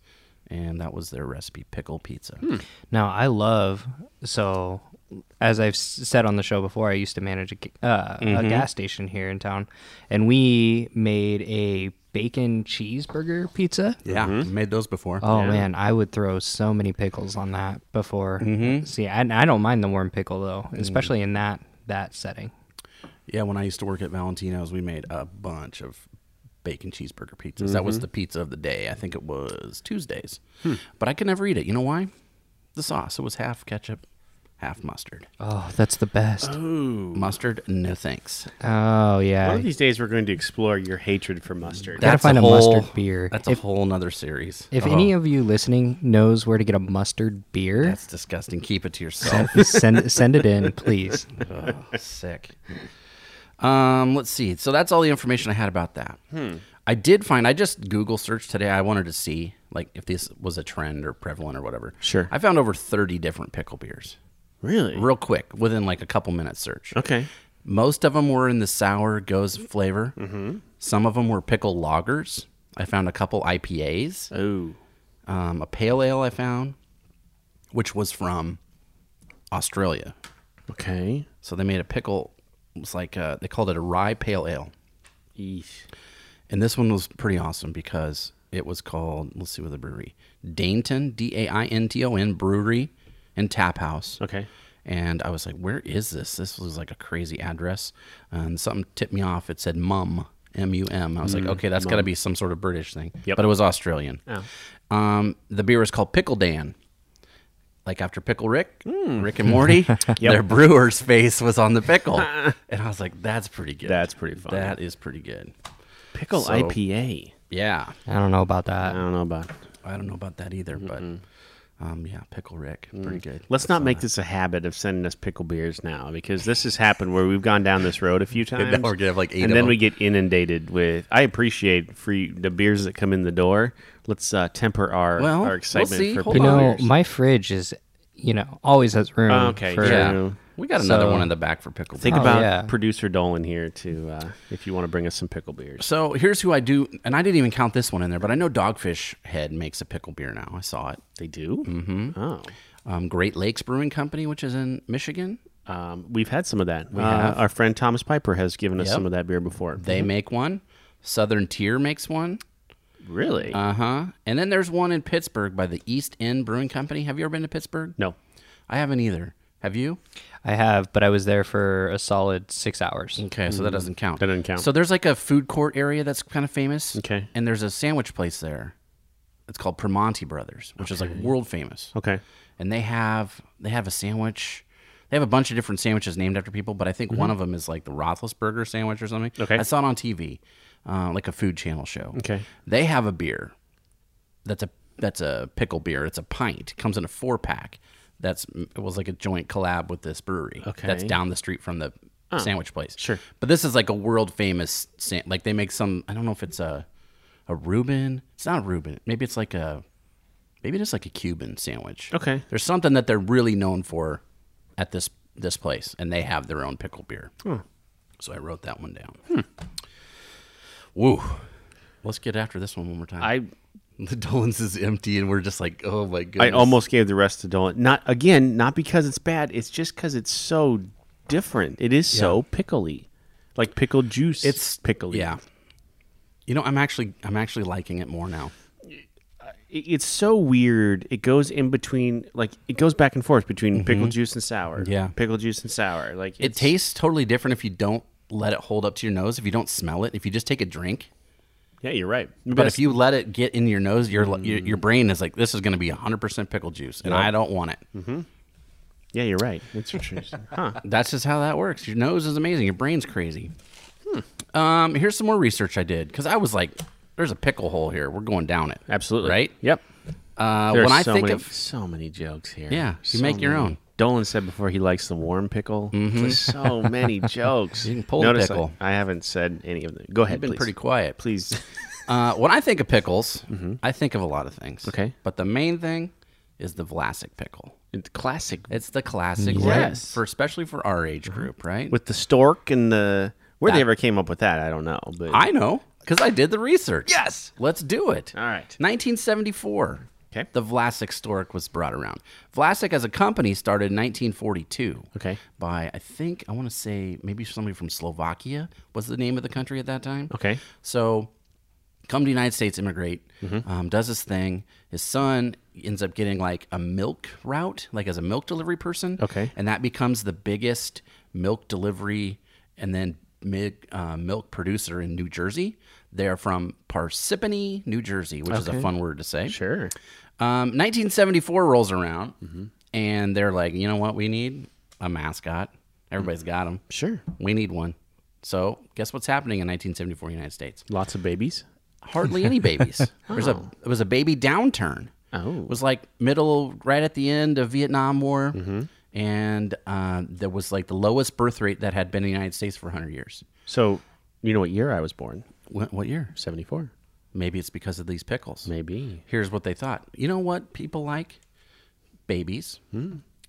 Speaker 2: And that was their recipe, pickle pizza.
Speaker 1: Now I love so as I've s- said on the show before, I used to manage a, g- uh, a
Speaker 2: Mm-hmm.
Speaker 1: gas station here in town, and we made a bacon cheeseburger pizza.
Speaker 2: Yeah, made those before.
Speaker 1: Oh man, I would throw so many pickles on that before. See, I, I don't mind the warm pickle though, especially in that that setting.
Speaker 2: Yeah, when I used to work at Valentino's, we made a bunch of bacon cheeseburger pizzas. That
Speaker 1: Mm-hmm.
Speaker 2: was the pizza of the day. I think it
Speaker 1: Hmm.
Speaker 2: was Tuesdays. But I could never eat it. You know why? The sauce. It was half ketchup, half mustard.
Speaker 1: Oh, that's the best.
Speaker 3: Ooh.
Speaker 2: Mustard, no thanks.
Speaker 1: Oh yeah.
Speaker 3: One of these days, we're going to explore your hatred for mustard.
Speaker 1: That- Gotta find a mustard beer.
Speaker 2: That's a whole nother series.
Speaker 1: if
Speaker 2: Oh,
Speaker 1: any of you listening knows where to get a mustard beer,
Speaker 2: that's disgusting. Keep it to yourself.
Speaker 1: [laughs] send send it in, please.
Speaker 2: Ugh, sick. Um, let's see. So that's all the information I had about that.
Speaker 3: Hmm.
Speaker 2: I did find. I just Google searched today. I wanted to see like if this was a trend or prevalent or whatever.
Speaker 3: Sure.
Speaker 2: I found over thirty different pickle beers,
Speaker 3: really?
Speaker 2: real quick, within like a couple minutes search.
Speaker 3: Okay.
Speaker 2: Most of them were in the sour goes flavor. Mm-hmm. Some of them were pickle lagers. I found a couple IPAs,
Speaker 3: Oh.
Speaker 2: um, a pale ale I found, which was from Australia.
Speaker 3: Okay.
Speaker 2: So they made a pickle. It was like uh they called it a rye pale ale,
Speaker 3: Eesh.
Speaker 2: and this one was pretty awesome because it was called. Let's see what the brewery, Dainton, D A I N T O N Brewery and Tap House.
Speaker 3: Okay.
Speaker 2: And I was like, "Where is this? This was like a crazy address." And something tipped me off. It said Mum, M U M. I was like, "Okay, that's got to be some sort of British thing."
Speaker 3: Mm, Yep.
Speaker 2: But it was Australian.
Speaker 3: Oh.
Speaker 2: Um, the beer is called Pickle Dan. Like after Pickle Rick,
Speaker 3: Mm.
Speaker 2: Rick and
Speaker 3: [laughs]
Speaker 2: Morty, their brewer's face was on the pickle, and I was like, "That's pretty good.
Speaker 3: That's pretty fun.
Speaker 2: That is pretty good."
Speaker 3: Pickle
Speaker 2: So-
Speaker 3: IPA.
Speaker 2: Yeah,
Speaker 1: I don't know about
Speaker 3: I
Speaker 1: that.
Speaker 3: don't know about.
Speaker 2: I don't know about that either, but um, yeah, Pickle Rick, pretty good.
Speaker 3: Mm. Let's not make this a habit of sending us pickle beers now, because this has happened where we've gone down this road
Speaker 2: [laughs]
Speaker 3: a few times.
Speaker 2: now we're gonna have, like, eight
Speaker 3: and
Speaker 2: of
Speaker 3: then
Speaker 2: them.
Speaker 3: we get inundated with. I appreciate free the beers that come in the door. Let's uh, temper our
Speaker 2: Well,
Speaker 3: our
Speaker 2: we'll
Speaker 3: excitement
Speaker 2: see.
Speaker 3: for
Speaker 2: Hold
Speaker 1: You
Speaker 3: pickle
Speaker 2: on.
Speaker 1: know,
Speaker 3: beers.
Speaker 1: my fridge is, you know, always has room.
Speaker 3: Oh, okay.
Speaker 1: For,
Speaker 2: Yeah,
Speaker 3: True.
Speaker 2: we got another
Speaker 1: So-
Speaker 2: one in the back for Pickle.
Speaker 3: Think
Speaker 2: Dan.
Speaker 1: Oh,
Speaker 3: about
Speaker 1: yeah.
Speaker 3: producer Dolan here to uh, if you want to bring us some pickle beers.
Speaker 2: So here's who I do, and I didn't even count this one in there, but I know Dogfish Head makes a pickle beer now. I saw it.
Speaker 3: They do. Mm-hmm. Oh,
Speaker 2: Um, Great Lakes Brewing Company, which is in Michigan,
Speaker 3: um, we've had some of that. We have. Our friend Thomas Piper has given us
Speaker 2: Yep.
Speaker 3: some of that beer before.
Speaker 2: they make one. Southern Tier makes one.
Speaker 3: really?
Speaker 2: Uh huh. And then there's one in Pittsburgh by the East End Brewing Company. Have you ever been to Pittsburgh?
Speaker 3: no.
Speaker 2: I haven't either. Have you?
Speaker 1: I have, but I was there for a solid six hours.
Speaker 2: Okay, so that doesn't count.
Speaker 3: Mm, That doesn't count.
Speaker 2: So there's like a food court area that's kind of famous.
Speaker 3: Okay.
Speaker 2: And there's a sandwich place there. It's called Primonti Brothers, which is like world famous.
Speaker 3: Okay.
Speaker 2: and they have they have a sandwich. They have a bunch of different sandwiches named after people, but I think one of them is like the Roethlisberger sandwich or something.
Speaker 3: Mm-hmm. Okay.
Speaker 2: I saw it on TV, uh, like a food channel show.
Speaker 3: Okay.
Speaker 2: they have a beer that's a that's a pickle beer. It's a pint. It comes in a four pack. That's it was like a joint collab with this brewery.
Speaker 3: Okay.
Speaker 2: that's down the street from the sandwich place.
Speaker 3: sure.
Speaker 2: but this is like a world famous san- like they make some. I don't know if it's a a Reuben. It's not a Reuben. Maybe it's like a maybe just like a Cuban sandwich.
Speaker 3: Okay.
Speaker 2: There's something that they're really known for at this this place, and they have their own pickle beer. So I wrote that one down.
Speaker 3: Hmm.
Speaker 2: Woo. Let's get after this one one more time.
Speaker 3: I
Speaker 2: [laughs] the Dolan's is empty, and we're just like, oh my goodness.
Speaker 3: I almost gave the rest to Dolan. Not again. Not because it's bad. It's just because it's so different. It is so pickly, like pickled juice.
Speaker 2: It's
Speaker 3: pickly.
Speaker 2: Yeah. You know, I'm actually I'm actually liking it more now.
Speaker 3: It- it's so weird. It goes in between. Like it goes back and forth between pickle juice and sour.
Speaker 2: Mm-hmm. Yeah.
Speaker 3: Pickle juice and sour. Like
Speaker 2: It
Speaker 3: it's-
Speaker 2: tastes totally different if you don't let it hold up to your nose, if you don't smell it, if you just take a drink.
Speaker 3: Yeah, you're right.
Speaker 2: But if you let it get in your nose, your your,
Speaker 3: Mm.
Speaker 2: your brain is like, this is going to be 100% pickle juice, and I don't want it.
Speaker 3: yeah, you're right.
Speaker 2: [laughs]
Speaker 3: It's interesting. huh.
Speaker 2: That's just how that works. Your nose is amazing. Your brain's crazy. Um, here's some more research I did because I was like, there's a pickle hole here. We're going down it.
Speaker 3: Absolutely.
Speaker 2: Right?
Speaker 3: Yep.
Speaker 2: Uh,
Speaker 3: There
Speaker 2: when
Speaker 3: are
Speaker 2: I
Speaker 3: so
Speaker 2: think
Speaker 3: many,
Speaker 2: of
Speaker 3: so many jokes here.
Speaker 2: Yeah, you
Speaker 3: So
Speaker 2: make your
Speaker 3: many.
Speaker 2: own. Mm-hmm.
Speaker 3: Dolan said before he likes the warm pickle. There's
Speaker 2: [laughs]
Speaker 3: so many jokes.
Speaker 2: You can pull a
Speaker 3: Notice
Speaker 2: pickle.
Speaker 3: I, I haven't said any of them. Go ahead,
Speaker 2: I've been
Speaker 3: please.
Speaker 2: pretty quiet. [laughs]
Speaker 3: Please. Mm-hmm.
Speaker 2: Uh, when I think of pickles, I think of a lot of things.
Speaker 3: Okay.
Speaker 2: But the main thing is the Vlasic pickle.
Speaker 3: It's classic
Speaker 2: It's the classic, one
Speaker 3: Yes. Mm-hmm.
Speaker 2: for especially for our age group, right?
Speaker 3: with the stork and the where
Speaker 2: That-
Speaker 3: they ever came up with that, I don't know. But
Speaker 2: I know because I did the research.
Speaker 3: Yes!
Speaker 2: Let's do it.
Speaker 3: all right,
Speaker 2: 1974.
Speaker 3: Okay.
Speaker 2: The Vlasic stork was brought around. Vlasic as a company started in 1942.
Speaker 3: Okay.
Speaker 2: By, I think, I want to say maybe somebody from Slovakia was the name of the country at that time.
Speaker 3: Okay.
Speaker 2: So, come to the United States, immigrate, um, does his thing. His son ends up getting like a milk route, like as a milk delivery person.
Speaker 3: Okay.
Speaker 2: And that becomes the biggest milk delivery and then mi- uh, milk producer in New Jersey. They're from Parsippany, New Jersey, which is a fun word to say.
Speaker 3: sure.
Speaker 2: Um, 1974 rolls around, and they're like, you know what? We need a mascot. Everybody's got them.
Speaker 4: Sure.
Speaker 2: We need one. So guess what's happening in 1974 United States?
Speaker 4: Lots of babies.
Speaker 2: hardly any babies. There's a it was a baby downturn.
Speaker 3: Oh.
Speaker 2: It was like middle right at the end of Vietnam War, and uh, there was like the lowest birth rate that had been in the United States for 100 years.
Speaker 4: So, you know what year I was born?
Speaker 2: What, what year?
Speaker 4: 74.
Speaker 2: Maybe it's because of these pickles.
Speaker 4: Maybe.
Speaker 2: Here's what they thought. You know what people like? Babies.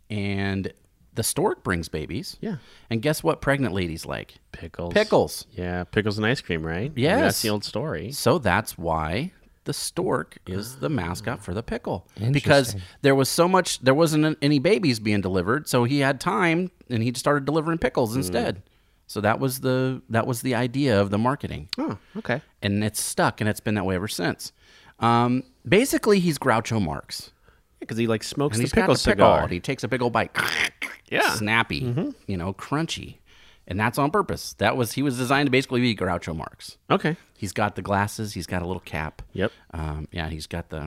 Speaker 2: And the stork brings babies.
Speaker 4: Yeah.
Speaker 2: And guess what pregnant ladies like?
Speaker 4: Pickles.
Speaker 2: Pickles.
Speaker 4: Yeah, pickles and ice cream, right? Yeah,
Speaker 2: Yes.
Speaker 4: That's the old story.
Speaker 2: So that's why the stork is the mascot for the pickle because there was so much there wasn't any babies being delivered, so he had time and he started delivering pickles
Speaker 4: Hmm.
Speaker 2: instead. So that was the that was the idea of the marketing.
Speaker 4: Oh, okay.
Speaker 2: And it's stuck and it's been that way ever since. Um, basically he's Groucho Marx.
Speaker 4: Because he like smokes
Speaker 2: And
Speaker 4: the
Speaker 2: he's got
Speaker 4: pickle
Speaker 2: the pickle.
Speaker 4: cigar.
Speaker 2: and He takes a big old bite.
Speaker 4: Yeah. Mm-hmm.
Speaker 2: Snappy, you know, crunchy. And that's on purpose. That was he was designed to basically be Groucho Marx.
Speaker 4: Okay.
Speaker 2: He's got the glasses. He's got a little cap.
Speaker 4: Yep.
Speaker 2: Um, yeah, he's got the.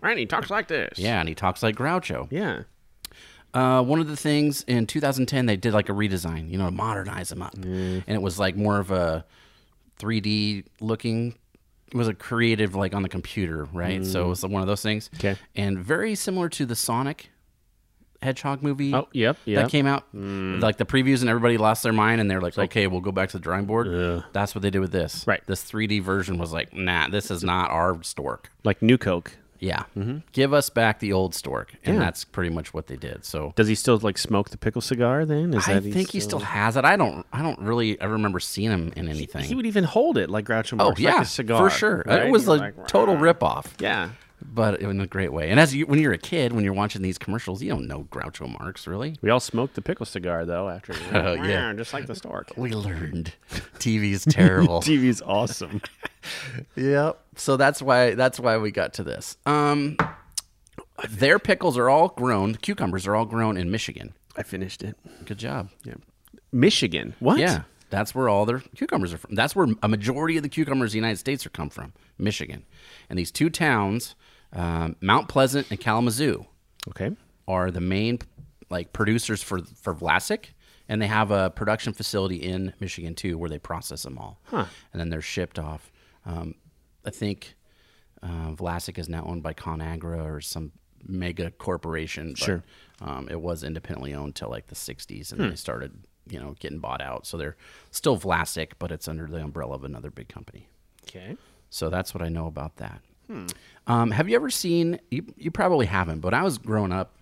Speaker 3: Right, he talks like this.
Speaker 2: Yeah, and he talks like Groucho.
Speaker 3: Yeah.
Speaker 2: Uh, one of the things in 2010, they did like a redesign, you know, to modernize him up.
Speaker 4: Mm.
Speaker 2: And it was like more of a 3D looking. It was a creative, like on the computer, right? So it was one of those things.
Speaker 4: Mm. Okay.
Speaker 2: And very similar to the Sonic Hedgehog movie.
Speaker 4: Oh, Mm. yep, yep.
Speaker 2: That came out. Like the previews, and everybody lost their mind, and they're like, okay, we'll go back to the drawing board. That's what they did with this.
Speaker 4: Right.
Speaker 2: This 3D version was like, nah, this is not our stork.
Speaker 4: Like New Coke.
Speaker 2: Yeah.
Speaker 4: Mm-hmm.
Speaker 2: Give us back the old stork. And that's pretty much what they did. So
Speaker 4: Does he still like smoke the pickle cigar then? Is
Speaker 2: I
Speaker 4: that he's
Speaker 2: think he still has it. I don't I don't really ever remember seeing him in anything.
Speaker 4: He would even hold it like Groucho
Speaker 2: oh
Speaker 4: Marx.
Speaker 2: yeah,
Speaker 4: like a cigar.
Speaker 2: for sure.
Speaker 4: right?
Speaker 2: It was a
Speaker 4: He's like,
Speaker 2: total
Speaker 4: "Rah."
Speaker 2: ripoff.
Speaker 4: Yeah.
Speaker 2: But in a great way. And as you, when you're a kid, when you're watching these commercials, you don't know Groucho Marx really.
Speaker 4: We all smoked the pickle cigar though after. [laughs]
Speaker 2: Oh, yeah.
Speaker 4: "Rah," Just like the stork.
Speaker 2: We learned [laughs]
Speaker 4: [laughs]
Speaker 2: TV's terrible.
Speaker 4: TV's awesome. [laughs]
Speaker 2: Yep. So that's why that's why we got to this. Um, their pickles are all grown. Cucumbers are all grown in Michigan.
Speaker 3: I finished it.
Speaker 2: Good job.
Speaker 3: Yeah. Michigan. What?
Speaker 2: Yeah, that's where all their cucumbers are from. That's where a majority of the cucumbers in the United States are come from, Michigan. And these two towns, um, Mount Pleasant and Kalamazoo,
Speaker 4: okay.
Speaker 2: are the main like producers for for Vlasic, and they have a production facility in Michigan too, where they process them all, and then they're shipped off. Um, I think uh, Vlasic is now owned by ConAgra or some mega corporation. But, sure, um, it was independently owned till like the '60s, and then they started you know getting bought out. So they're still Vlasic, but it's under the umbrella of another big company.
Speaker 4: Okay.
Speaker 2: So that's what I know about that. Um, have you ever seen? You, you probably haven't, but when I was growing up.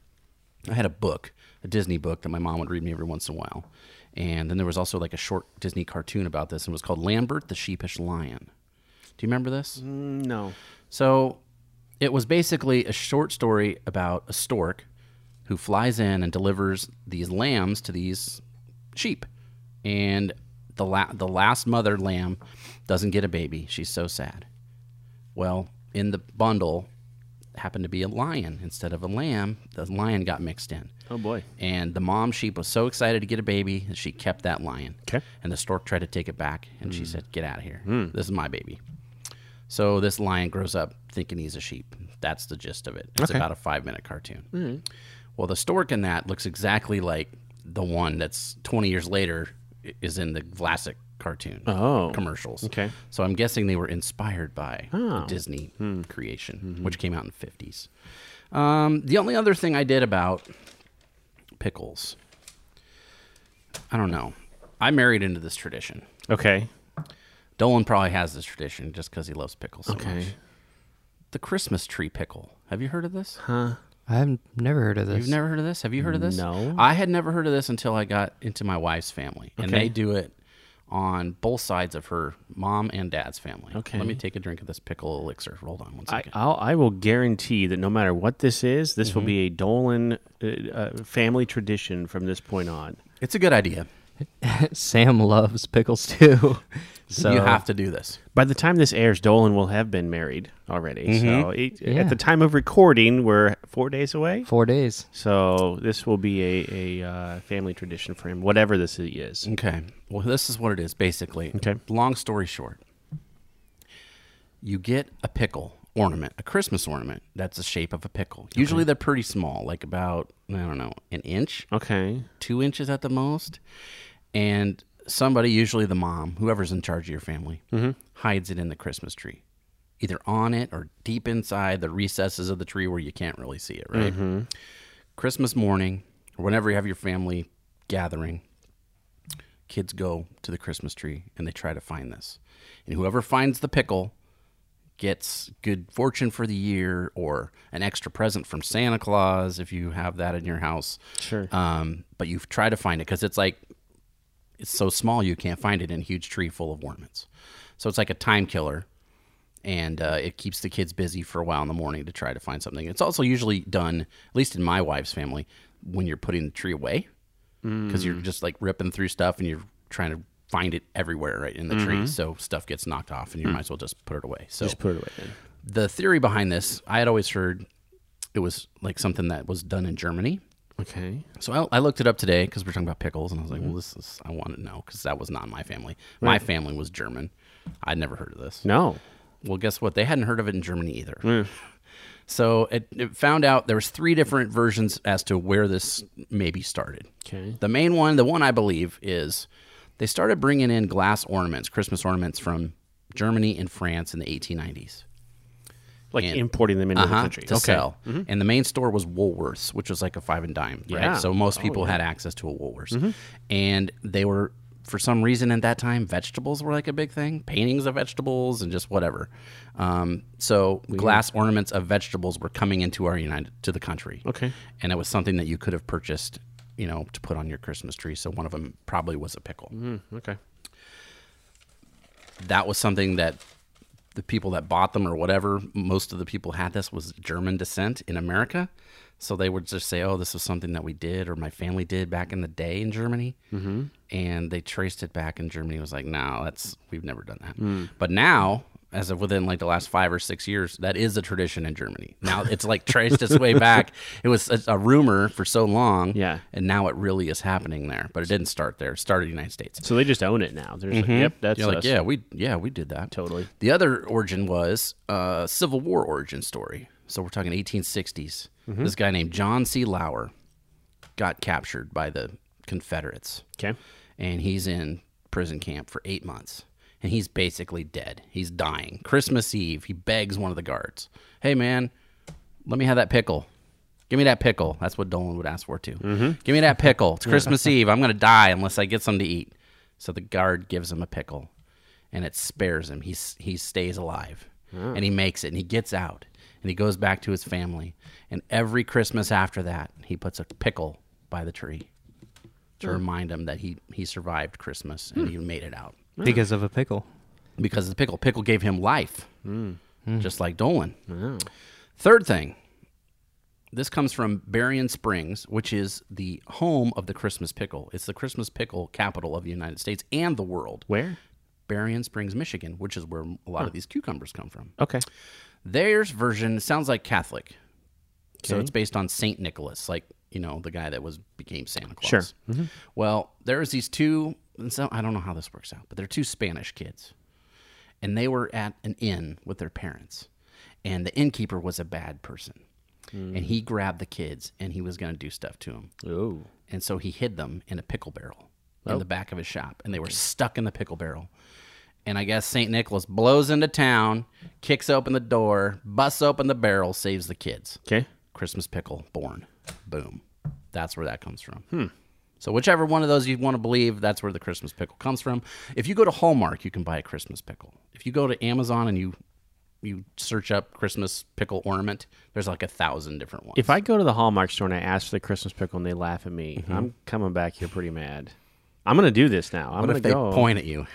Speaker 2: I had a book, a Disney book that my mom would read me every once in a while, and then there was also like a short Disney cartoon about this, and it was called Lambert the Sheepish Lion. Do you remember this?
Speaker 3: Mm, No.
Speaker 2: So it was basically a short story about a stork who flies in and delivers these lambs to these sheep. And the la- the last mother lamb doesn't get a baby. She's so sad. Well, in the bundle happened to be a lion instead of a lamb. The lion got mixed in.
Speaker 3: Oh boy.
Speaker 2: And the mom sheep was so excited to get a baby that she kept that lion.
Speaker 4: Okay. Hmm.
Speaker 2: And the stork tried to take it back, and she said, "Get out of here. This is my baby." So this lion grows up thinking he's a sheep. That's the gist of it. It's about a five-minute cartoon.
Speaker 4: Hmm.
Speaker 2: Well, the stork in that looks exactly like the one that's 20 years later i- is in the Vlasic cartoon
Speaker 4: Oh.
Speaker 2: commercials.
Speaker 4: Okay.
Speaker 2: So I'm guessing they were inspired by the Disney
Speaker 4: Hmm.
Speaker 2: creation,
Speaker 4: Mm-hmm.
Speaker 2: which came out in the 50s. Um, the only other thing I did about pickles, I don't know. I married into this tradition.
Speaker 4: Okay.
Speaker 2: Dolan probably has this tradition just because he loves pickles so much. The Christmas tree pickle. Have you heard of this?
Speaker 1: I've never heard of this.
Speaker 2: You've never heard of this? Have you heard of this?
Speaker 4: No.
Speaker 2: I had never heard of this until I got into my wife's family. And they do it on both sides of her mom and dad's family.
Speaker 4: Okay.
Speaker 2: Let me take a drink of this pickle elixir. Hold on one
Speaker 3: I,
Speaker 2: second.
Speaker 3: I'll, I will guarantee that no matter what this is, this
Speaker 2: Mm-hmm.
Speaker 3: will be a Dolan uh, uh, family tradition from this point on.
Speaker 2: it's a good idea.
Speaker 1: [laughs] Sam loves pickles too. So
Speaker 2: you have to do this.
Speaker 3: By the time this airs, Dolan will have been married already. So
Speaker 2: Mm-hmm.
Speaker 3: it,
Speaker 1: Yeah.
Speaker 3: at the time of recording, we're four days away.
Speaker 1: four days.
Speaker 3: So this will be a, a uh, family tradition for him, whatever this is.
Speaker 2: Okay. Well, this is what it is basically.
Speaker 3: Okay.
Speaker 2: Long story short, you get a pickle ornament, a Christmas ornament that's the shape of a pickle. Usually they're pretty small, like about, I don't know, an inch,
Speaker 3: Okay.
Speaker 2: two inches at the most. And somebody, usually the mom, whoever's in charge of your family, hides it in the Christmas tree, either on it or deep inside the recesses of the tree where you can't really see it, right? Christmas morning, or whenever you have your family gathering, kids go to the Christmas tree and they try to find this. And whoever finds the pickle gets good fortune for the year or an extra present from Santa Claus if you have that in your house. Sure. Um, but you try to find it because it's like it's so small you can't find it in a huge tree full of ornaments. So it's like a time killer. And uh, it keeps the kids busy for a while in the morning to try to find something. It's also usually done, at least in my wife's family, when you're putting the tree away because you're just like ripping through stuff and you're trying to find it everywhere right in the tree so stuff gets knocked off and you might as well just put it away so
Speaker 3: Put it away then.
Speaker 2: the theory behind this i had always heard it was like something that was done in germany
Speaker 3: Okay.
Speaker 2: so I, I looked it up today because we're talking about pickles, and I was like, "Well, this is I want to know because that was not my family. My family was German. I'd never heard of this.
Speaker 3: No.
Speaker 2: Well, guess what? They hadn't heard of it in Germany either. So it, it found out there was three different versions as to where this maybe started.
Speaker 3: Okay.
Speaker 2: The main one, the one I believe, is they started bringing in glass ornaments, Christmas ornaments from Germany and France in the 1890s
Speaker 3: Like importing them into the
Speaker 2: uh-huh,
Speaker 3: country. Mm-hmm.
Speaker 2: to sell. And the main store was Woolworths, which was like a five and dime,
Speaker 3: Yeah. Mm-hmm.
Speaker 2: right? So most people had access to a Woolworths. And they were, for some reason at that time, vegetables were like a big thing, paintings of vegetables and just whatever. Um, so glass ornaments of vegetables were coming into our United, to the country.
Speaker 3: Okay.
Speaker 2: And it was something that you could have purchased, you know, to put on your Christmas tree. So one of them probably was a pickle
Speaker 3: Mm, Okay.
Speaker 2: that was something that the people that bought them or whatever, most of the people had this was German descent in America. So they would just say, oh, this was something that we did or my family did back in the day in Germany. Mm-hmm. And they traced it back in Germany. It was like, no, that's, we've never done that. But now, as of within like the last five or six years, that is a tradition in Germany. Now it's like traced its way back. It was a, a rumor for so long.
Speaker 3: Yeah.
Speaker 2: And now it really is happening there. But it didn't start there, it started in the United States.
Speaker 3: So they just own it now. They're just like, yep,
Speaker 2: Mm-hmm.
Speaker 3: that's
Speaker 2: You're like,
Speaker 3: us.
Speaker 2: yeah, we yeah we did that
Speaker 3: Totally.
Speaker 2: The other origin was uh, Civil War origin story. So we're talking 1860s.
Speaker 3: Mm-hmm.
Speaker 2: This guy named John C. Lauer got captured by the Confederates,
Speaker 3: Okay.
Speaker 2: and he's in prison camp for eight months, and he's basically dead. He's dying. Christmas Eve, he begs one of the guards, "Hey man, let me have that pickle." Give me that pickle. That's what Dolan would ask for too. Give me that pickle. It's Christmas Eve. I'm gonna die unless I get something to eat. So the guard gives him a pickle, and it spares him. He s- he stays alive, and he makes it, and he gets out, and he goes back to his family. And every Christmas after that, he puts a pickle by the tree to remind him that he he survived Christmas and he made it out
Speaker 1: because of a pickle.
Speaker 2: because of the pickle. Pickle gave him life, Hmm. just like Dolan. Third thing, this comes from Berrien Springs, which is the home of the Christmas pickle. It's the Christmas pickle capital of the United States and the world.
Speaker 3: Where?
Speaker 2: Berrien Springs, Michigan, which is where a lot of these cucumbers come from.
Speaker 3: Okay.
Speaker 2: Theirs version sounds like Catholic, so it's based on Saint Nicholas, like you know the guy that was became Santa Claus.
Speaker 3: Sure. Mm-hmm.
Speaker 2: Well, there's these two, and so I don't know how this works out, but they're two Spanish kids, and they were at an inn with their parents, and the innkeeper was a bad person,
Speaker 3: Hmm.
Speaker 2: and he grabbed the kids and he was going to do stuff to them,
Speaker 3: Ooh. Oh.
Speaker 2: and so he hid them in a pickle barrel in the back of his shop, and they were stuck in the pickle barrel. And I guess St. Nicholas blows into town, kicks open the door, busts open the barrel, saves the kids.
Speaker 3: Okay.
Speaker 2: Christmas pickle born. Boom. That's where that comes from.
Speaker 3: Hmm.
Speaker 2: So whichever one of those you want to believe, that's where the Christmas pickle comes from. If you go to Hallmark, you can buy a Christmas pickle. If you go to Amazon and you you search up Christmas pickle ornament, there's like a thousand different ones.
Speaker 3: If I go to the Hallmark store and I ask for the Christmas pickle and they laugh at me,
Speaker 2: Mm-hmm.
Speaker 3: I'm coming back here pretty mad. I'm gonna do this now. I'm
Speaker 2: what
Speaker 3: gonna
Speaker 2: if they
Speaker 3: go.
Speaker 2: point at
Speaker 3: [laughs]
Speaker 2: you?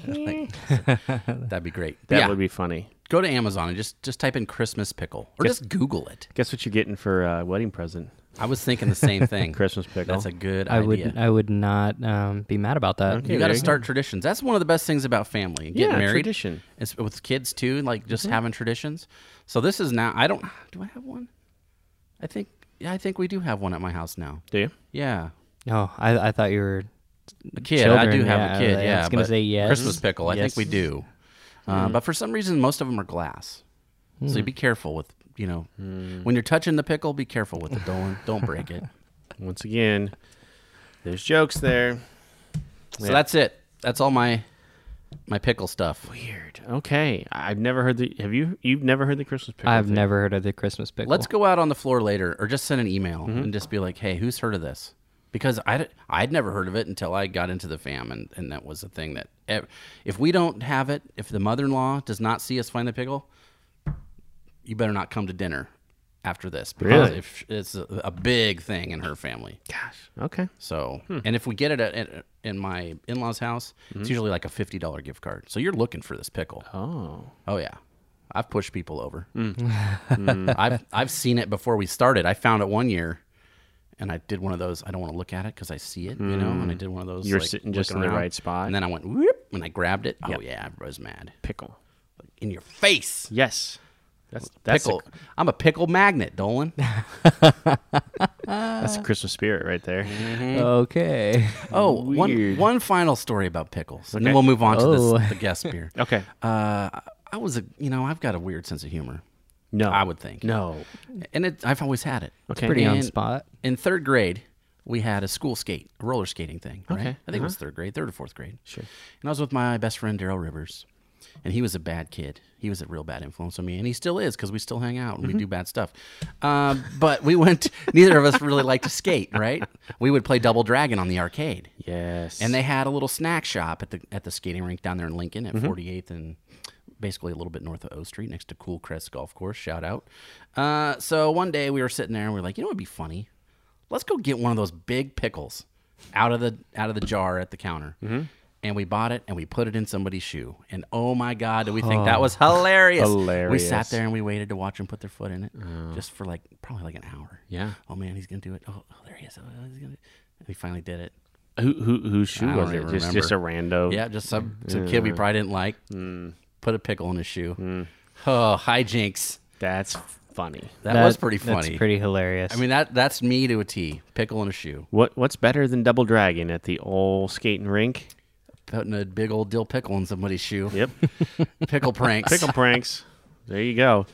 Speaker 2: That'd be great.
Speaker 3: that
Speaker 2: yeah,
Speaker 3: would be funny.
Speaker 2: go to Amazon and just just type in Christmas pickle or just Google it.
Speaker 3: Guess what you're getting for a wedding present?
Speaker 2: I was thinking the
Speaker 3: [laughs]
Speaker 2: same thing.
Speaker 3: Christmas pickle.
Speaker 2: That's a good
Speaker 1: I
Speaker 2: idea.
Speaker 1: would I would not um, be mad about that.
Speaker 2: You got to start traditions. That's one of the best things about family. Getting
Speaker 3: Yeah,
Speaker 2: married.
Speaker 3: tradition.
Speaker 2: It's with kids too, like just
Speaker 1: Mm-hmm.
Speaker 2: having traditions. So this is now. I don't. Do I have one? I think. Yeah, I think we do have one at my house now.
Speaker 3: Do you?
Speaker 2: Yeah,
Speaker 1: No, Oh, I, I thought you were.
Speaker 2: a kid. I do
Speaker 1: Children,
Speaker 2: have
Speaker 1: yeah,
Speaker 2: a kid.
Speaker 1: I
Speaker 2: Yeah,
Speaker 1: was gonna
Speaker 2: but
Speaker 1: say yes. Mm-hmm.
Speaker 2: Christmas pickle. I
Speaker 1: Yes.
Speaker 2: think we do. Uh, But for some reason, most of them are glass. So
Speaker 1: Hmm.
Speaker 2: be careful with you know when you're touching the pickle. Be careful with it. Don't don't break it.
Speaker 3: Once again, there's jokes there.
Speaker 2: so
Speaker 3: Yeah.
Speaker 2: that's it. That's all my my pickle stuff.
Speaker 3: Weird. Okay, I've never heard the. Have you? You've never heard the Christmas pickle?
Speaker 1: I've
Speaker 3: thing?
Speaker 1: never heard of the Christmas pickle.
Speaker 2: Let's go out on the floor later, or just send an email and just be like, "Hey, who's heard of this?" Because I I'd never heard of it until I got into the fam, and, and that was a thing that ev- if we don't have it, if the mother in law does not see us find the pickle, you better not come to dinner after this because
Speaker 3: Really?
Speaker 2: if it's a, a big thing in her family.
Speaker 3: Gosh. Okay.
Speaker 2: So, and if we get it at, at, in my in law's house, it's usually like a fifty dollar gift card. So you're looking for this pickle.
Speaker 3: Oh.
Speaker 2: Oh yeah, I've pushed people over.
Speaker 3: Mm.
Speaker 2: [laughs] Mm. I've I've seen it before we started. I found it one year, and I did one of those. I don't want to look at it because I see it, you know. And I did one of those.
Speaker 3: Mm. You're
Speaker 2: like,
Speaker 3: sitting just
Speaker 2: looking
Speaker 3: in the
Speaker 2: around,
Speaker 3: right spot.
Speaker 2: and then I went whoop and I grabbed it. Oh yeah, I was mad.
Speaker 3: Pickle.
Speaker 2: In your face,
Speaker 3: Yes. That's that's
Speaker 2: pickle.
Speaker 3: A,
Speaker 2: i I'm a pickle magnet,
Speaker 3: [laughs]
Speaker 2: Dolan.
Speaker 3: that's
Speaker 2: Uh.
Speaker 3: the Christmas spirit right there.
Speaker 2: [laughs]
Speaker 1: Okay. [laughs]
Speaker 2: Oh, one
Speaker 3: Weird.
Speaker 2: one final story about pickles, and then
Speaker 3: Okay.
Speaker 2: we'll move on to
Speaker 1: Oh.
Speaker 2: this, the guest beer.
Speaker 3: [laughs] Okay.
Speaker 2: Uh, I was a you know I've got a weird sense of humor.
Speaker 3: No.
Speaker 2: I would think.
Speaker 3: No.
Speaker 2: and it, I've always had it.
Speaker 3: Okay.
Speaker 1: Pretty on
Speaker 2: And
Speaker 1: spot.
Speaker 2: In third grade, we had a school skate, a roller skating thing. Right?
Speaker 3: Okay.
Speaker 2: I think it was third grade, third or fourth grade. Sure. And I was with my best friend Daryl Rivers, and he was a bad kid. He was a real bad influence on me, and he still is because we still hang out and we do bad stuff. Um, but we went. [laughs] Neither of us really liked to skate, right? We would play Double Dragon on the arcade.
Speaker 3: Yes.
Speaker 2: And they had a little snack shop at the at the skating rink down there in Lincoln
Speaker 3: Mm-hmm.
Speaker 2: at 48th and basically a little bit north of O Street, next to Cool Crest Golf Course. Shout out. Uh, so one day we were sitting there and we were like, you know, it'd be funny. Let's go get one of those big pickles out of the out of the jar at the counter.
Speaker 3: Mm-hmm.
Speaker 2: And we bought it and we put it in somebody's shoe. And oh my God, do we think that was
Speaker 3: [laughs]
Speaker 2: hilarious? We sat
Speaker 3: Hilarious. Oh.
Speaker 2: there and we waited to watch him put their foot in it just for like probably like an hour.
Speaker 3: Yeah.
Speaker 2: Oh man, he's gonna do it. Oh, oh there he is. Oh, he's gonna. And he finally did it.
Speaker 3: who who whose shoe
Speaker 2: I
Speaker 3: was it?
Speaker 2: don't even
Speaker 3: Just just a rando.
Speaker 2: Yeah, just some, some kid we probably didn't like. Put a pickle in his shoe. Oh, hijinks.
Speaker 3: That's funny.
Speaker 2: That,
Speaker 1: That-
Speaker 2: was pretty
Speaker 1: That's
Speaker 2: funny.
Speaker 1: pretty hilarious.
Speaker 2: I mean, that that's me to a T. Pickle in a shoe.
Speaker 3: What what's better than Double Dragon at the old skating rink?
Speaker 2: Putting a big old dill pickle in somebody's shoe.
Speaker 3: [laughs] Yep.
Speaker 2: [laughs] Pickle pranks.
Speaker 3: Pickle pranks. There you go.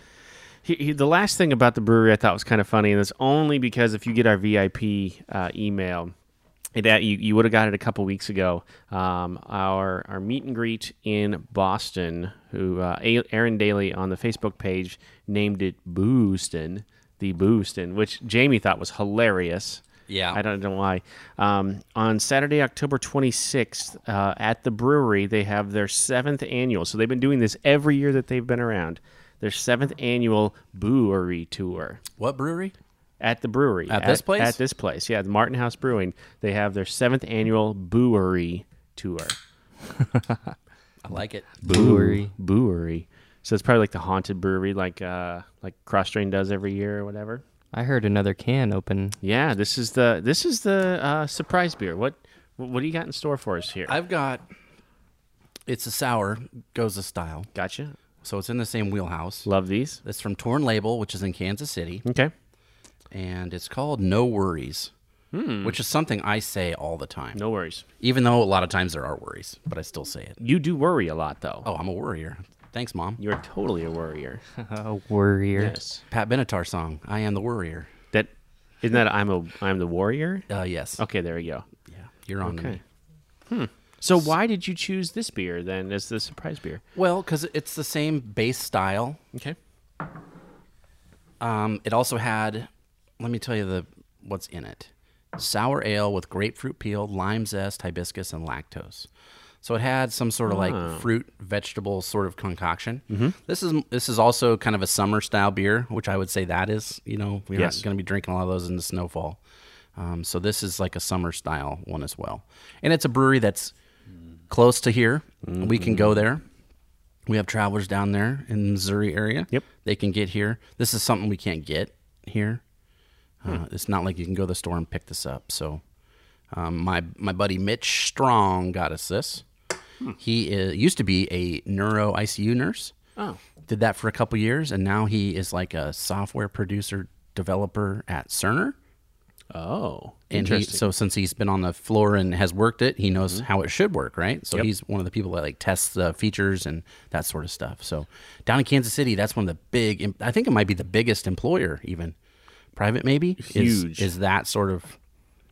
Speaker 3: He, he, the last thing about the brewery I thought was kind of funny, and it's only because if you get our VIP uh, email, it, uh, you, you would have got it a couple weeks ago. Um, our our meet and greet in Boston, who uh, A- Aaron Daly on the Facebook page named it Booston, the Booston, which Jamie thought was hilarious.
Speaker 2: Yeah.
Speaker 3: I don't know why. Um, on Saturday, October 26th, uh, at the brewery, they have their seventh annual. So they've been doing this every year that they've been around. Their seventh annual brewery tour
Speaker 2: What brewery?
Speaker 3: at the brewery
Speaker 2: At this place?
Speaker 3: At this place, yeah, the Martin House Brewing. They have their seventh annual brewery tour.
Speaker 2: I like it.
Speaker 1: brewery.
Speaker 3: Brewery. So it's probably like the haunted brewery, like uh, like Cross Train does every year or whatever.
Speaker 1: I heard another can open.
Speaker 3: Yeah, this is the this is the uh, surprise beer. What what do you got in store for us here?
Speaker 2: I've got. It's a sour goza style,
Speaker 3: gotcha.
Speaker 2: so it's in the same wheelhouse.
Speaker 3: Love these.
Speaker 2: It's from Torn Label, which is in Kansas City.
Speaker 3: Okay.
Speaker 2: and it's called No Worries, which is something I say all the time.
Speaker 3: No worries.
Speaker 2: Even though a lot of times there are worries, but I still say it.
Speaker 3: You do worry a lot, though.
Speaker 2: Oh, I'm a worrier. Thanks, Mom.
Speaker 3: You're totally
Speaker 2: [laughs]
Speaker 3: a worrier.
Speaker 1: A warrior.
Speaker 3: yes.
Speaker 2: Pat Benatar song, I Am the Worrier.
Speaker 3: That isn't that I'm a I'm the warrior.
Speaker 2: Uh, yes.
Speaker 3: Okay, there we go.
Speaker 2: Yeah, you're on to
Speaker 3: Oh. Okay.
Speaker 2: me.
Speaker 3: So why did you choose this beer then as the surprise beer?
Speaker 2: Well, because it's the same base style.
Speaker 3: Okay.
Speaker 2: Um, it also had, let me tell you the what's in it: sour ale with grapefruit peel, lime zest, hibiscus, and lactose. So it had some sort of like fruit vegetable sort of concoction. This is this is also kind of a summer style beer, which I would say that is. You know, we're
Speaker 3: Yes.
Speaker 2: not going to be drinking a lot of those in the snowfall. Um, so this is like a summer style one as well, and it's a brewery that's close to here. We can go there. We have travelers down there in the Missouri area.
Speaker 3: Yep.
Speaker 2: They can get here. This is something we can't get here. Uh, It's not like you can go to the store and pick this up. So, um, my my buddy Mitch Strong got us this. He is, used to be a neuro ICU nurse.
Speaker 3: Oh.
Speaker 2: Did that for a couple years, and now he is like a software producer developer at Cerner.
Speaker 4: Oh,
Speaker 2: and he, so since he's been on the floor and has worked it, he
Speaker 3: Mm-hmm.
Speaker 2: knows how it should work, right? So he's one of the people that like tests the features and that sort of stuff. So down in Kansas City, that's one of the big. em- I think it might be the biggest employer, even private, maybe. is-
Speaker 3: Huge.
Speaker 2: is that sort of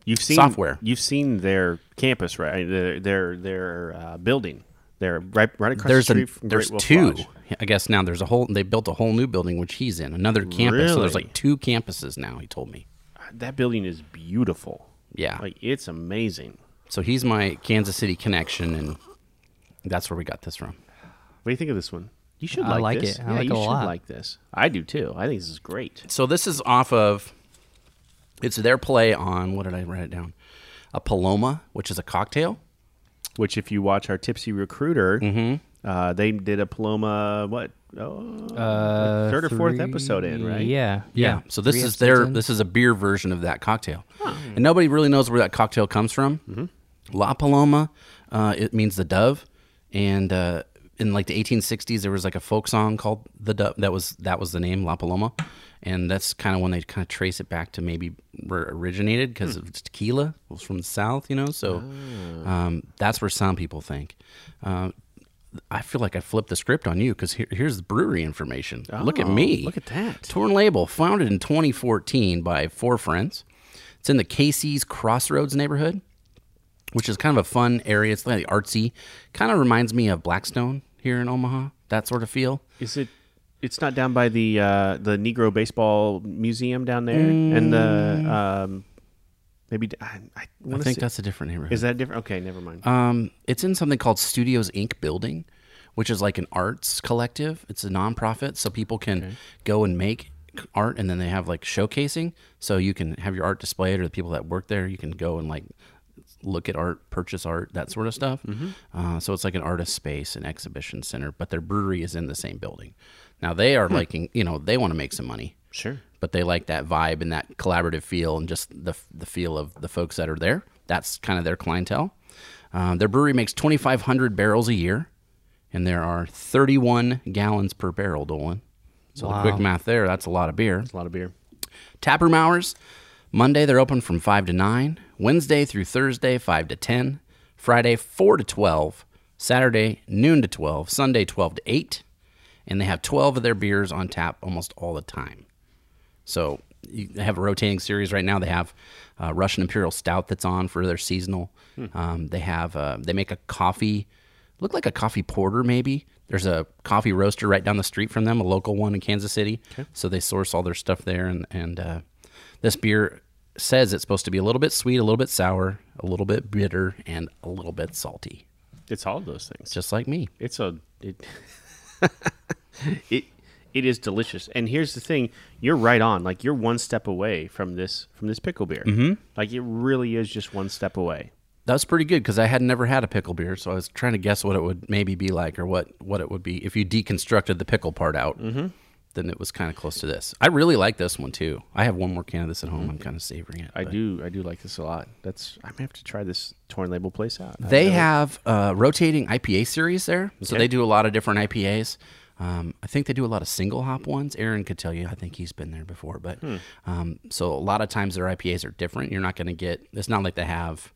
Speaker 3: You've seen
Speaker 2: Software.
Speaker 3: You've seen their campus, right? Their their, their uh, building. They're right right across
Speaker 2: there's
Speaker 3: the
Speaker 2: a
Speaker 3: street from
Speaker 2: there's
Speaker 3: Great Wolf
Speaker 2: two.
Speaker 3: Lodge.
Speaker 2: I guess now there's a whole. They built a whole new building which he's in, another campus. So there's
Speaker 3: Really?
Speaker 2: like two campuses now. He told me.
Speaker 3: Uh, That building is beautiful.
Speaker 2: Yeah.
Speaker 3: like it's amazing.
Speaker 2: So he's my Kansas City connection, and that's where we got this from.
Speaker 3: What do you think of this one? You should
Speaker 1: I
Speaker 3: like,
Speaker 1: like
Speaker 3: this.
Speaker 1: it. I
Speaker 3: Yeah,
Speaker 1: like
Speaker 3: you
Speaker 1: it a
Speaker 3: should
Speaker 1: lot.
Speaker 3: like this. I do too. I think this is great.
Speaker 2: So this is off of. It's their play on what did I write it down? A Paloma, which is a cocktail.
Speaker 3: Which, if you watch our Tipsy Recruiter,
Speaker 1: Mm-hmm.
Speaker 3: uh, they did a Paloma what oh,
Speaker 1: Uh,
Speaker 3: third or fourth
Speaker 1: three-
Speaker 3: episode in right?
Speaker 1: Yeah,
Speaker 2: So this
Speaker 1: Three Hmm.
Speaker 2: is their
Speaker 1: episodes in.
Speaker 2: this is a beer version of that cocktail, and nobody really knows where that cocktail comes from. La Paloma, uh, it means the dove, and uh, in like the 1860s there was like a folk song called the dove that was that was the name La Paloma, and that's kind of when they kind of trace it back to maybe where it originated because of tequila It was from the south, you know. So um, that's where some people think. Uh, I feel like I flipped the script on you because here, here's the brewery information. look at me.
Speaker 3: Oh, look at that.
Speaker 2: Torn Label, founded in 2014 by four friends. It's in the Casey's Crossroads neighborhood, which is kind of a fun area. It's like artsy. Kind of reminds me of Blackstone here in Omaha, that sort of feel.
Speaker 3: Is it? It's not down by the uh, the Negro Baseball Museum down there, and
Speaker 1: Mm.
Speaker 3: the um, maybe I, I,
Speaker 2: I
Speaker 3: wanna
Speaker 2: think
Speaker 3: see-
Speaker 2: that's a different neighborhood.
Speaker 3: is that different? Okay, never
Speaker 1: Uh,
Speaker 3: mind.
Speaker 2: Um, it's in something called Studios Inc. building, which is like an arts collective. It's a nonprofit, so people can go and make art, and then they have like showcasing. So you can have your art displayed, or the people that work there, you can go and like look at art, purchase art, that sort of stuff. Uh, so it's like an artist space and exhibition center, but their brewery is in the same building. Now they are liking, you know, they want to make some money
Speaker 3: sure.
Speaker 2: but they like that vibe and that collaborative feel and just the the feel of the folks that are there. That's kind of their clientele. Um, their brewery makes 2,500 barrels a year, and there are 31 gallons per barrel, Dolan. So the quick math there, that's a lot of beer.
Speaker 3: It's a lot of beer.
Speaker 2: Taproom hours Monday, they're open from 5 to 9. Wednesday through Thursday, 5 to 10. Friday, 4 to 12. Saturday, noon to 12. Sunday, 12 to 8. And they have 12 of their beers on tap almost all the time. So you they have a rotating series right now. They have uh, Russian Imperial Stout that's on for their seasonal. Um, they have uh, they make a coffee, look like a coffee porter maybe. There's a coffee roaster right down the street from them, a local one in Kansas City. So they source all their stuff there, and and uh, this beer says it's supposed to be a little bit sweet, a little bit sour, a little bit bitter, and a little bit salty,
Speaker 3: It's all of those things.
Speaker 2: just like me.
Speaker 3: It's a it
Speaker 2: [laughs]
Speaker 3: it it is delicious. And here's the thing: you're right on. Like you're one step away from this from this pickle beer. Mm-hmm. Like it really is just one step away.
Speaker 2: That was pretty good because I had never had a pickle beer, so I was trying to guess what it would maybe be like or what what it would be if you deconstructed the pickle part out. Mm-hmm. Then it was kind of close to this. I really like this one too. I have one more can of this at home. I'm kind of savoring it.
Speaker 3: I
Speaker 2: but-
Speaker 3: do I do like this a lot. That's I may have to try this torn label place out. I
Speaker 2: They
Speaker 3: really-
Speaker 2: have a rotating IPA series there, so
Speaker 3: Okay.
Speaker 2: they do a lot of different IPAs. Um, I think they do a lot of single hop ones. Aaron could tell you. I think he's been there before, but
Speaker 3: Hmm.
Speaker 2: um, so a lot of times their IPAs are different. You're not going to get. It's not like they have.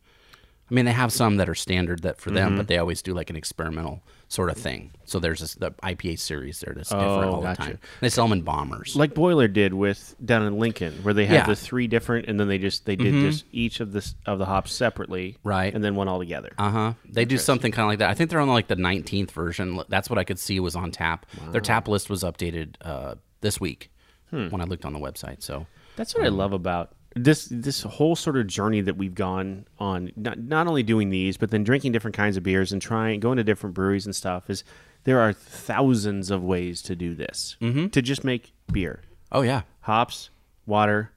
Speaker 2: I mean, they have some that are standard that for them,
Speaker 3: Mm-hmm.
Speaker 2: but they always do like an experimental sort of thing. So there's this, the IPA series there that's different
Speaker 3: Oh,
Speaker 2: all
Speaker 3: gotcha.
Speaker 2: the time. They sell them in bombers.
Speaker 3: like Boiler did with down in Lincoln, where they had
Speaker 2: Yeah. Mm-hmm.
Speaker 3: the three different, and then they just they did just each of this of the hops separately,
Speaker 2: Right.
Speaker 3: and then one all together.
Speaker 2: Uh huh. They do something kind of like that. I think they're on like the 19th version. L- That's what I could see was on tap. Their tap list was updated uh, this week
Speaker 3: Hmm.
Speaker 2: when I looked on the website. So
Speaker 3: That's what I love about this this whole sort of journey that we've gone on. Not not only doing these, but then drinking different kinds of beers and trying going to different breweries and stuff. Is there are thousands of ways to do this
Speaker 2: Mm-hmm.
Speaker 3: to just make beer,
Speaker 2: oh yeah,
Speaker 3: hops, water,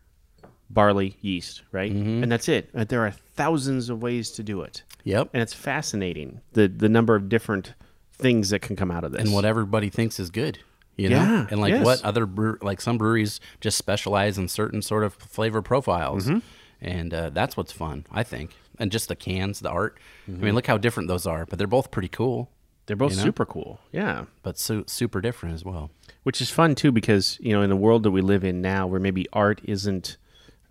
Speaker 3: barley, yeast, right?
Speaker 2: Mm-hmm.
Speaker 3: And that's it. Uh, There are thousands of ways to do it,
Speaker 2: yep.
Speaker 3: and it's fascinating the the number of different things that can come out of this.
Speaker 2: And what everybody thinks is good, you know.
Speaker 3: Yeah,
Speaker 2: and like
Speaker 3: yes.
Speaker 2: what other brew- like some breweries just specialize in certain sort of flavor profiles,
Speaker 3: Mm-hmm.
Speaker 2: and uh, that's what's fun, I think. And just the cans, the art. I
Speaker 3: Mm-hmm.
Speaker 2: mean, look how different those are, but they're both pretty cool,
Speaker 3: They're both
Speaker 2: you know?
Speaker 3: super cool. Yeah.
Speaker 2: but su- super different as well.
Speaker 3: which is fun too because you know in the world that we live in now where maybe art isn't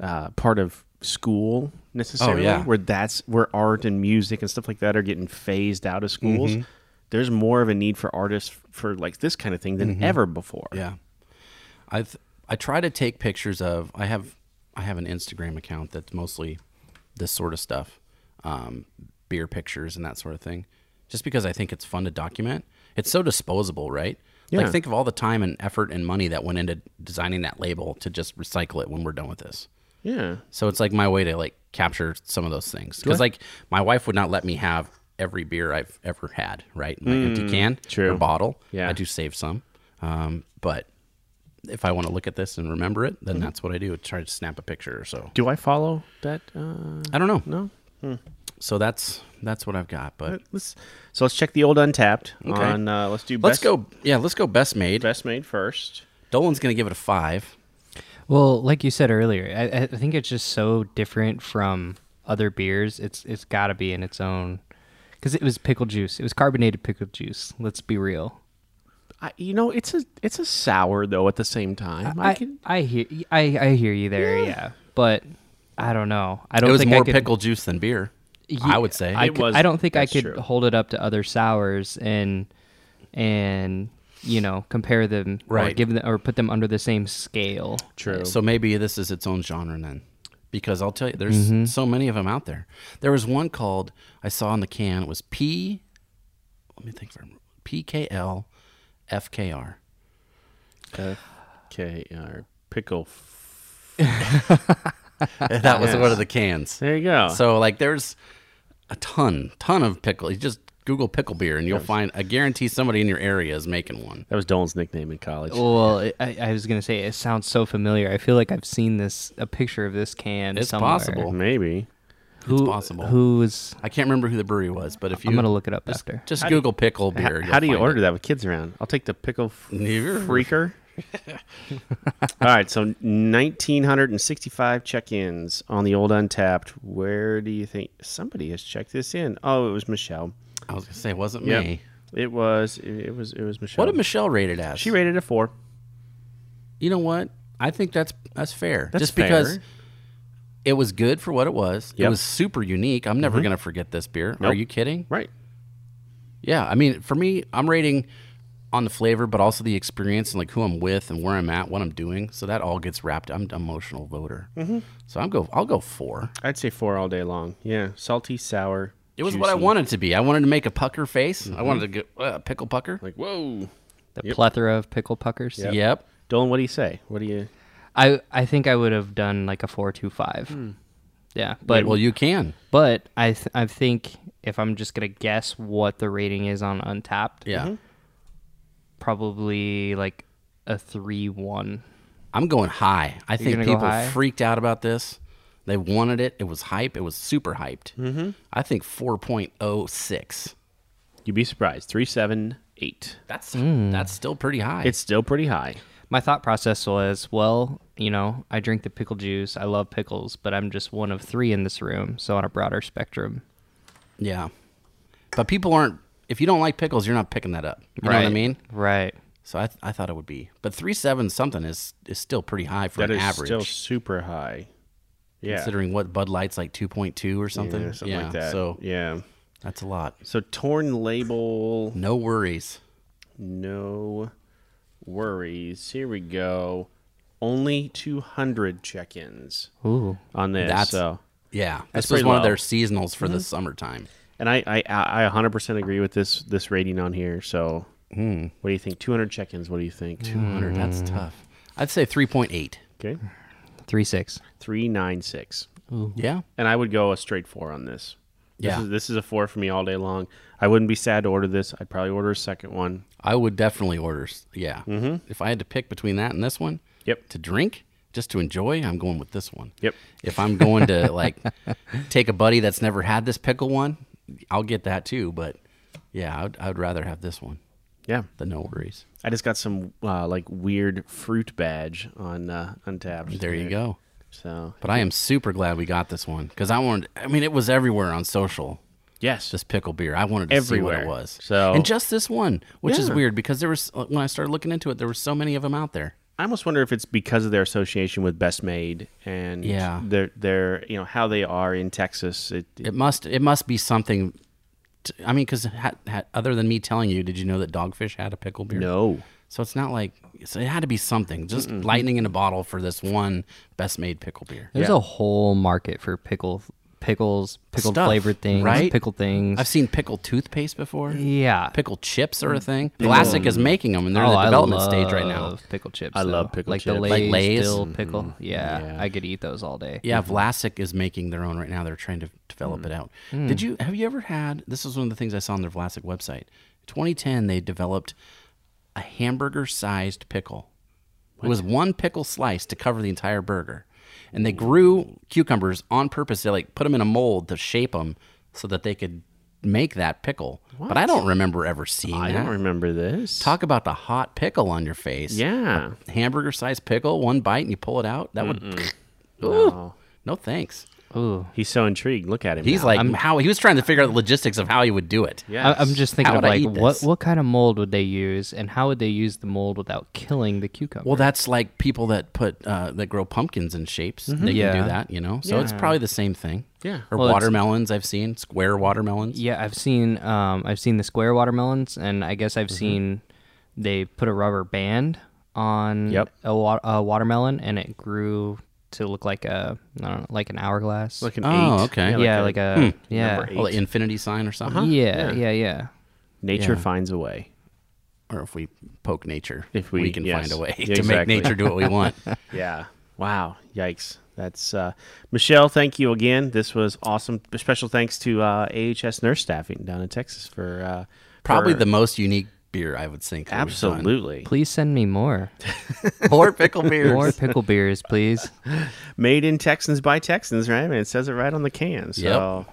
Speaker 3: uh, part of school necessarily.
Speaker 2: Oh, yeah.
Speaker 3: Where that's where art and music and stuff like that are getting phased out of schools.
Speaker 2: Mm-hmm.
Speaker 3: There's more of a need for artists f- for like this kind of thing than ever before.
Speaker 2: Mm-hmm. Yeah, I've I try to take pictures of. I have I have an Instagram account that's mostly this sort of stuff, um, beer pictures and that sort of thing, just because I think it's fun to document. It's so disposable, right? Like
Speaker 3: Yeah.
Speaker 2: think of all the time and effort and money that went into designing that label to just recycle it when we're done with this.
Speaker 3: Yeah.
Speaker 2: So it's like my way to like capture some of those things because like my wife would not let me have every beer I've ever had, right? My empty can, or
Speaker 3: true.
Speaker 2: bottle.
Speaker 3: Yeah.
Speaker 2: I do save some, um, but if I want to look at this and remember it, then that's what I do. I try to snap a picture or so.
Speaker 3: Do I follow that? Uh,
Speaker 2: I don't know.
Speaker 3: no.
Speaker 2: So that's that's what I've got. But
Speaker 3: Let's so let's check the old Untapped.
Speaker 2: Okay.
Speaker 3: On uh, let's do.
Speaker 2: let's
Speaker 3: best,
Speaker 2: go. Yeah, let's go. Best made.
Speaker 3: Best made first.
Speaker 2: Dolan's gonna give it a five.
Speaker 1: Well, like you said earlier, I, I think it's just so different from other beers. It's it's got to be in its own because it was pickle juice. It was carbonated pickle juice. Let's be real.
Speaker 3: I, you know, it's a it's a sour though. At the same time, I,
Speaker 1: I
Speaker 3: can.
Speaker 1: I hear I, I hear you there. Yeah. but I don't know. I don't
Speaker 2: It was
Speaker 1: think
Speaker 2: more
Speaker 1: I could,
Speaker 2: pickle juice than beer. I would say.
Speaker 1: I,
Speaker 3: It
Speaker 1: could-
Speaker 3: was-
Speaker 1: I don't think I
Speaker 3: that's
Speaker 1: could
Speaker 3: true.
Speaker 1: hold it up to other sours and and you know compare them or
Speaker 2: Right.
Speaker 1: give them or put them under the same scale.
Speaker 3: True.
Speaker 2: So maybe this is its own genre then. Because I'll tell you, there's
Speaker 4: Mm-hmm.
Speaker 2: so many of them out there. There was one called, I saw on the can, it was P, let me think for a moment, PKL
Speaker 4: [laughs]
Speaker 2: FKR.
Speaker 4: Okay, our pickle.
Speaker 2: That was one of the cans.
Speaker 4: There you go.
Speaker 2: So, like, there's a ton, ton of pickle. You just Google pickle beer and you'll find, I guarantee somebody in your area is making one.
Speaker 4: that was Dolan's nickname in college.
Speaker 2: Oh.
Speaker 1: Well, it, I, I was gonna say it sounds so familiar. I feel like I've seen this a picture of this can.
Speaker 2: It's
Speaker 1: somewhere.
Speaker 2: possible.
Speaker 4: Maybe.
Speaker 1: Who,
Speaker 2: possible.
Speaker 1: Who's
Speaker 2: I can't remember who the brewery was, but if you
Speaker 1: I'm gonna look it up after.
Speaker 2: just Google pickle
Speaker 4: H-
Speaker 2: beer,
Speaker 4: How,
Speaker 2: you'll
Speaker 4: do you
Speaker 2: find
Speaker 4: order
Speaker 2: it.
Speaker 4: that with kids around? I'll take the pickle f-
Speaker 2: Neither. [laughs]
Speaker 4: freaker. All right, so 1965 check-ins on the old Untapped. Where do you think somebody has checked this in? Oh, it was Michelle.
Speaker 2: I was gonna say, it wasn't
Speaker 4: Yep.
Speaker 2: me.
Speaker 4: It was it was it was Michelle.
Speaker 2: What did Michelle rate it as?
Speaker 4: she rated a 4.
Speaker 2: you know what? I think that's that's fair.
Speaker 4: That's
Speaker 2: Just because
Speaker 4: fair.
Speaker 2: it was good for what it was. It
Speaker 4: Yep. Mm-hmm.
Speaker 2: was super unique. I'm never gonna forget this beer. Are
Speaker 4: Nope.
Speaker 2: you kidding?
Speaker 4: Right.
Speaker 2: Yeah. I mean, for me, I'm rating on the flavor, but also the experience and like who I'm with and where I'm at, what I'm doing. So that all gets wrapped. I'm an emotional voter.
Speaker 4: Mm-hmm.
Speaker 2: So I'm go. I'll go four.
Speaker 4: I'd say 4 all day long. Yeah, salty, sour.
Speaker 2: It was what I wanted to be. I wanted to make a pucker face.
Speaker 4: Mm-hmm.
Speaker 2: I wanted to get uh, pickle pucker.
Speaker 4: Like, whoa.
Speaker 1: The plethora of pickle puckers.
Speaker 2: yep.
Speaker 4: Dolan, what do you say? What do you
Speaker 1: I I think I would have done like a four two five.
Speaker 2: Hmm.
Speaker 1: Yeah, but
Speaker 2: well, you can.
Speaker 1: but I th- I think if I'm just gonna guess what the rating is on Untapped,
Speaker 4: Mm-hmm.
Speaker 2: Yeah.
Speaker 1: probably like a three one.
Speaker 2: I'm going high. I think
Speaker 1: gonna go
Speaker 2: people
Speaker 1: high?
Speaker 2: freaked out about this. They wanted it. It was hype. It was super hyped. Mm-hmm. I think 4.06.
Speaker 4: You'd be surprised. 378.
Speaker 2: That's that's still pretty high.
Speaker 4: Hmm. It's still pretty high.
Speaker 1: My thought process was, well, you know, I drink the pickle juice. I love pickles, but I'm just one of three in this room, so on a broader spectrum.
Speaker 2: yeah, but people aren't. If you don't like pickles, you're not picking that up. You know what I mean?
Speaker 1: Right.
Speaker 2: So I, I thought it would be, but three seven something is is still pretty high for
Speaker 4: That
Speaker 2: an
Speaker 4: is
Speaker 2: average,
Speaker 4: still super high. Yeah.
Speaker 2: considering what Bud Light's like two point two or something.
Speaker 4: Yeah, something like that.
Speaker 2: So
Speaker 4: yeah.
Speaker 2: that's a lot.
Speaker 4: So torn label,
Speaker 2: No worries.
Speaker 4: no worries. Here we go. Only 200 check-ins
Speaker 1: Ooh.
Speaker 4: on this.
Speaker 2: That's-
Speaker 4: so,
Speaker 2: Yeah, this was
Speaker 4: pretty
Speaker 2: one of
Speaker 4: low. Mm-hmm.
Speaker 2: their seasonals for the summertime.
Speaker 4: and I, I I I 100% agree with this this rating on here. So, what do you think? 200 check-ins. What do you think?
Speaker 2: Hmm. Two hundred. That's tough. I'd say three point eight.
Speaker 4: Okay,
Speaker 1: Three six.
Speaker 4: three nine six.
Speaker 2: Yeah.
Speaker 4: And I would go a straight four on this. This
Speaker 2: Yeah.
Speaker 4: is, this is a four for me all day long. I wouldn't be sad to order this. I'd probably order a second one.
Speaker 2: I would definitely order. s- Yeah. Mm-hmm. If I had to pick between that and this one,
Speaker 4: Yep.
Speaker 2: to drink, just to enjoy, I'm going with this one.
Speaker 4: Yep.
Speaker 2: If I'm going to like take a buddy that's never had this pickle one, I'll get that too. But yeah, I would, I would rather have this one.
Speaker 4: Yeah.
Speaker 2: The no worries.
Speaker 4: I just got some uh, like weird fruit badge on uh, Untapped.
Speaker 2: There you go.
Speaker 4: So
Speaker 2: But I am super glad we got this one because I wanted. I mean, it was everywhere on social.
Speaker 4: yes,
Speaker 2: This pickle beer. I wanted to see what it
Speaker 4: Everywhere.
Speaker 2: was.
Speaker 4: So-
Speaker 2: and just this one, which is
Speaker 4: Yeah.
Speaker 2: uh, weird because there was when I started looking into it, there were so many of them out there.
Speaker 3: I almost wonder if it's because of their association with Best Made and
Speaker 2: Yeah.
Speaker 3: their their you know how they are in Texas. It, it-
Speaker 2: It must it must be something. T- I mean, because ha, ha, other than me telling you, did you know that Dogfish had a pickle beer?
Speaker 3: no,
Speaker 2: So it's not like so it had to be something. Just lightning in a bottle for this one best made pickle beer.
Speaker 1: There's a whole market for pickle pickles, pickled
Speaker 2: Stuff,
Speaker 1: flavored things,
Speaker 2: right?
Speaker 1: pickled things.
Speaker 2: I've seen pickle toothpaste before.
Speaker 1: yeah.
Speaker 2: Pickle chips are a thing. Classic is making them, and they're in
Speaker 1: Oh,
Speaker 2: the
Speaker 1: I
Speaker 2: development stage right now.
Speaker 1: love Pickle chips.
Speaker 3: I
Speaker 1: though.
Speaker 3: love pickle
Speaker 1: like
Speaker 3: chips.
Speaker 1: The
Speaker 3: Like
Speaker 1: Lay's
Speaker 2: Lay's? Mm-hmm.
Speaker 1: dill pickle. Yeah, I could eat those all day.
Speaker 2: Yeah,
Speaker 3: Mm-hmm.
Speaker 2: Vlasic is making their own right now. They're trying to develop
Speaker 3: Mm.
Speaker 2: it out. Did you have you ever had this is one of the things I saw on their Vlasic website. 2010 they developed a hamburger sized pickle. It was one pickle slice to cover the entire burger. And they grew cucumbers on purpose. They like put them in a mold to shape them so that they could make that pickle. But I don't remember ever seeing
Speaker 3: I
Speaker 2: that.
Speaker 3: don't remember this.
Speaker 2: Talk about the hot pickle on your face.
Speaker 3: yeah,
Speaker 2: Hamburger sized pickle, one bite and you pull it out. That would Ooh.
Speaker 3: No.
Speaker 2: [sniffs] no thanks.
Speaker 1: Ooh.
Speaker 3: he's so intrigued. Look at him.
Speaker 2: He's
Speaker 3: now.
Speaker 2: like how he was trying to figure out the logistics of how he would do it.
Speaker 3: Yes.
Speaker 1: I, I'm just thinking
Speaker 2: How
Speaker 1: of
Speaker 2: would I
Speaker 1: like
Speaker 2: eat
Speaker 1: what
Speaker 2: this?
Speaker 1: what kind of mold would they use, and how would they use the mold without killing the cucumber?
Speaker 2: Well, that's like people that put uh, that grow pumpkins in shapes. They can
Speaker 1: Yeah.
Speaker 2: do that, you know. So it's probably the same thing.
Speaker 3: Mm-hmm. Yeah.
Speaker 2: Or
Speaker 1: Well, it's-
Speaker 2: watermelons. I've seen square watermelons.
Speaker 1: yeah, I've seen um I've seen the square watermelons, and I guess
Speaker 2: Mm-hmm.
Speaker 1: I've seen they put a rubber band on
Speaker 3: Yep.
Speaker 1: a, wa- a watermelon, and it grew to look like a I don't know, like an hourglass.
Speaker 3: like an
Speaker 2: Oh,
Speaker 3: eight.
Speaker 2: okay.
Speaker 1: yeah, like, a,
Speaker 2: Hmm.
Speaker 1: yeah.
Speaker 3: number eight.
Speaker 2: Well, the infinity sign or something.
Speaker 3: Uh-huh.
Speaker 1: yeah, yeah, yeah.
Speaker 3: nature
Speaker 2: Yeah.
Speaker 3: finds a way.
Speaker 2: Or if we poke nature,
Speaker 3: If
Speaker 2: we
Speaker 3: we-
Speaker 2: can
Speaker 3: yes.
Speaker 2: find a way [laughs] to
Speaker 3: Yeah,
Speaker 2: make
Speaker 3: exactly.
Speaker 2: nature do what we
Speaker 3: [laughs]
Speaker 2: want.
Speaker 3: Yeah. Wow. Yikes. That's uh, Michelle. Thank you again. This was awesome. Special thanks to uh, AHS Nurse Staffing down in Texas for uh,
Speaker 2: probably
Speaker 3: for-
Speaker 2: the most unique beer I would think. that we've done.
Speaker 3: absolutely
Speaker 1: Please send me more.
Speaker 2: [laughs]
Speaker 1: [laughs]
Speaker 2: More pickle beers.
Speaker 1: More pickle beers, please.
Speaker 3: made in Texans by Texans, right? I mean, it says it right on the can. So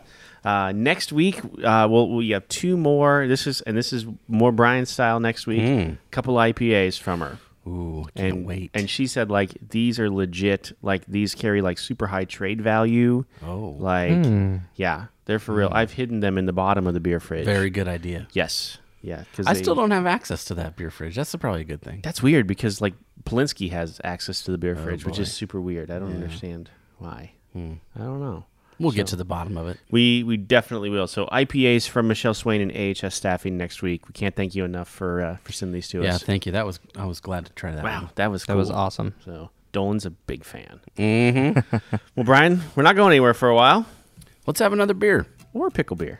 Speaker 3: uh, next week, uh, we'll, we have two more. This is and this is more Brian style next week. A couple IPAs from her.
Speaker 2: Ooh, I can't
Speaker 3: And
Speaker 2: wait.
Speaker 3: and she said like these are legit. Like these carry like super high trade value.
Speaker 2: Oh. Hmm.
Speaker 3: like yeah, they're for real. I've hidden them in the bottom of the beer fridge.
Speaker 2: Very good idea.
Speaker 3: yes, yeah. 'cause
Speaker 2: I
Speaker 3: they-
Speaker 2: still don't have access to that beer fridge. That's probably a good thing.
Speaker 3: That's weird because like Polinsky has access to the beer fridge, which
Speaker 2: Oh, boy. Hmm.
Speaker 3: is super weird. I don't understand why. I don't know.
Speaker 2: We'll get to the bottom of it.
Speaker 3: We we definitely will. So IPAs from Michelle Swain and AHS Staffing next week. We can't thank you enough for uh, for sending these to
Speaker 2: Yeah,
Speaker 3: us.
Speaker 2: thank you. That was I was glad to try that.
Speaker 3: wow, that was
Speaker 1: That
Speaker 3: cool.
Speaker 1: was awesome.
Speaker 3: So Dolan's a big fan. Mm-hmm. [laughs] well, Brian, we're not going anywhere for a while.
Speaker 2: Let's have another beer.
Speaker 3: Or pickle beer.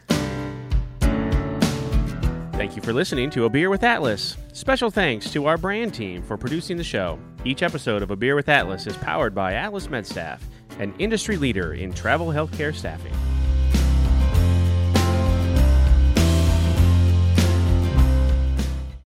Speaker 3: Thank you for listening to A Beer with Atlas. Special thanks to our brand team for producing the show. Each episode of A Beer with Atlas is powered by Atlas MedStaff, an industry leader in travel healthcare staffing.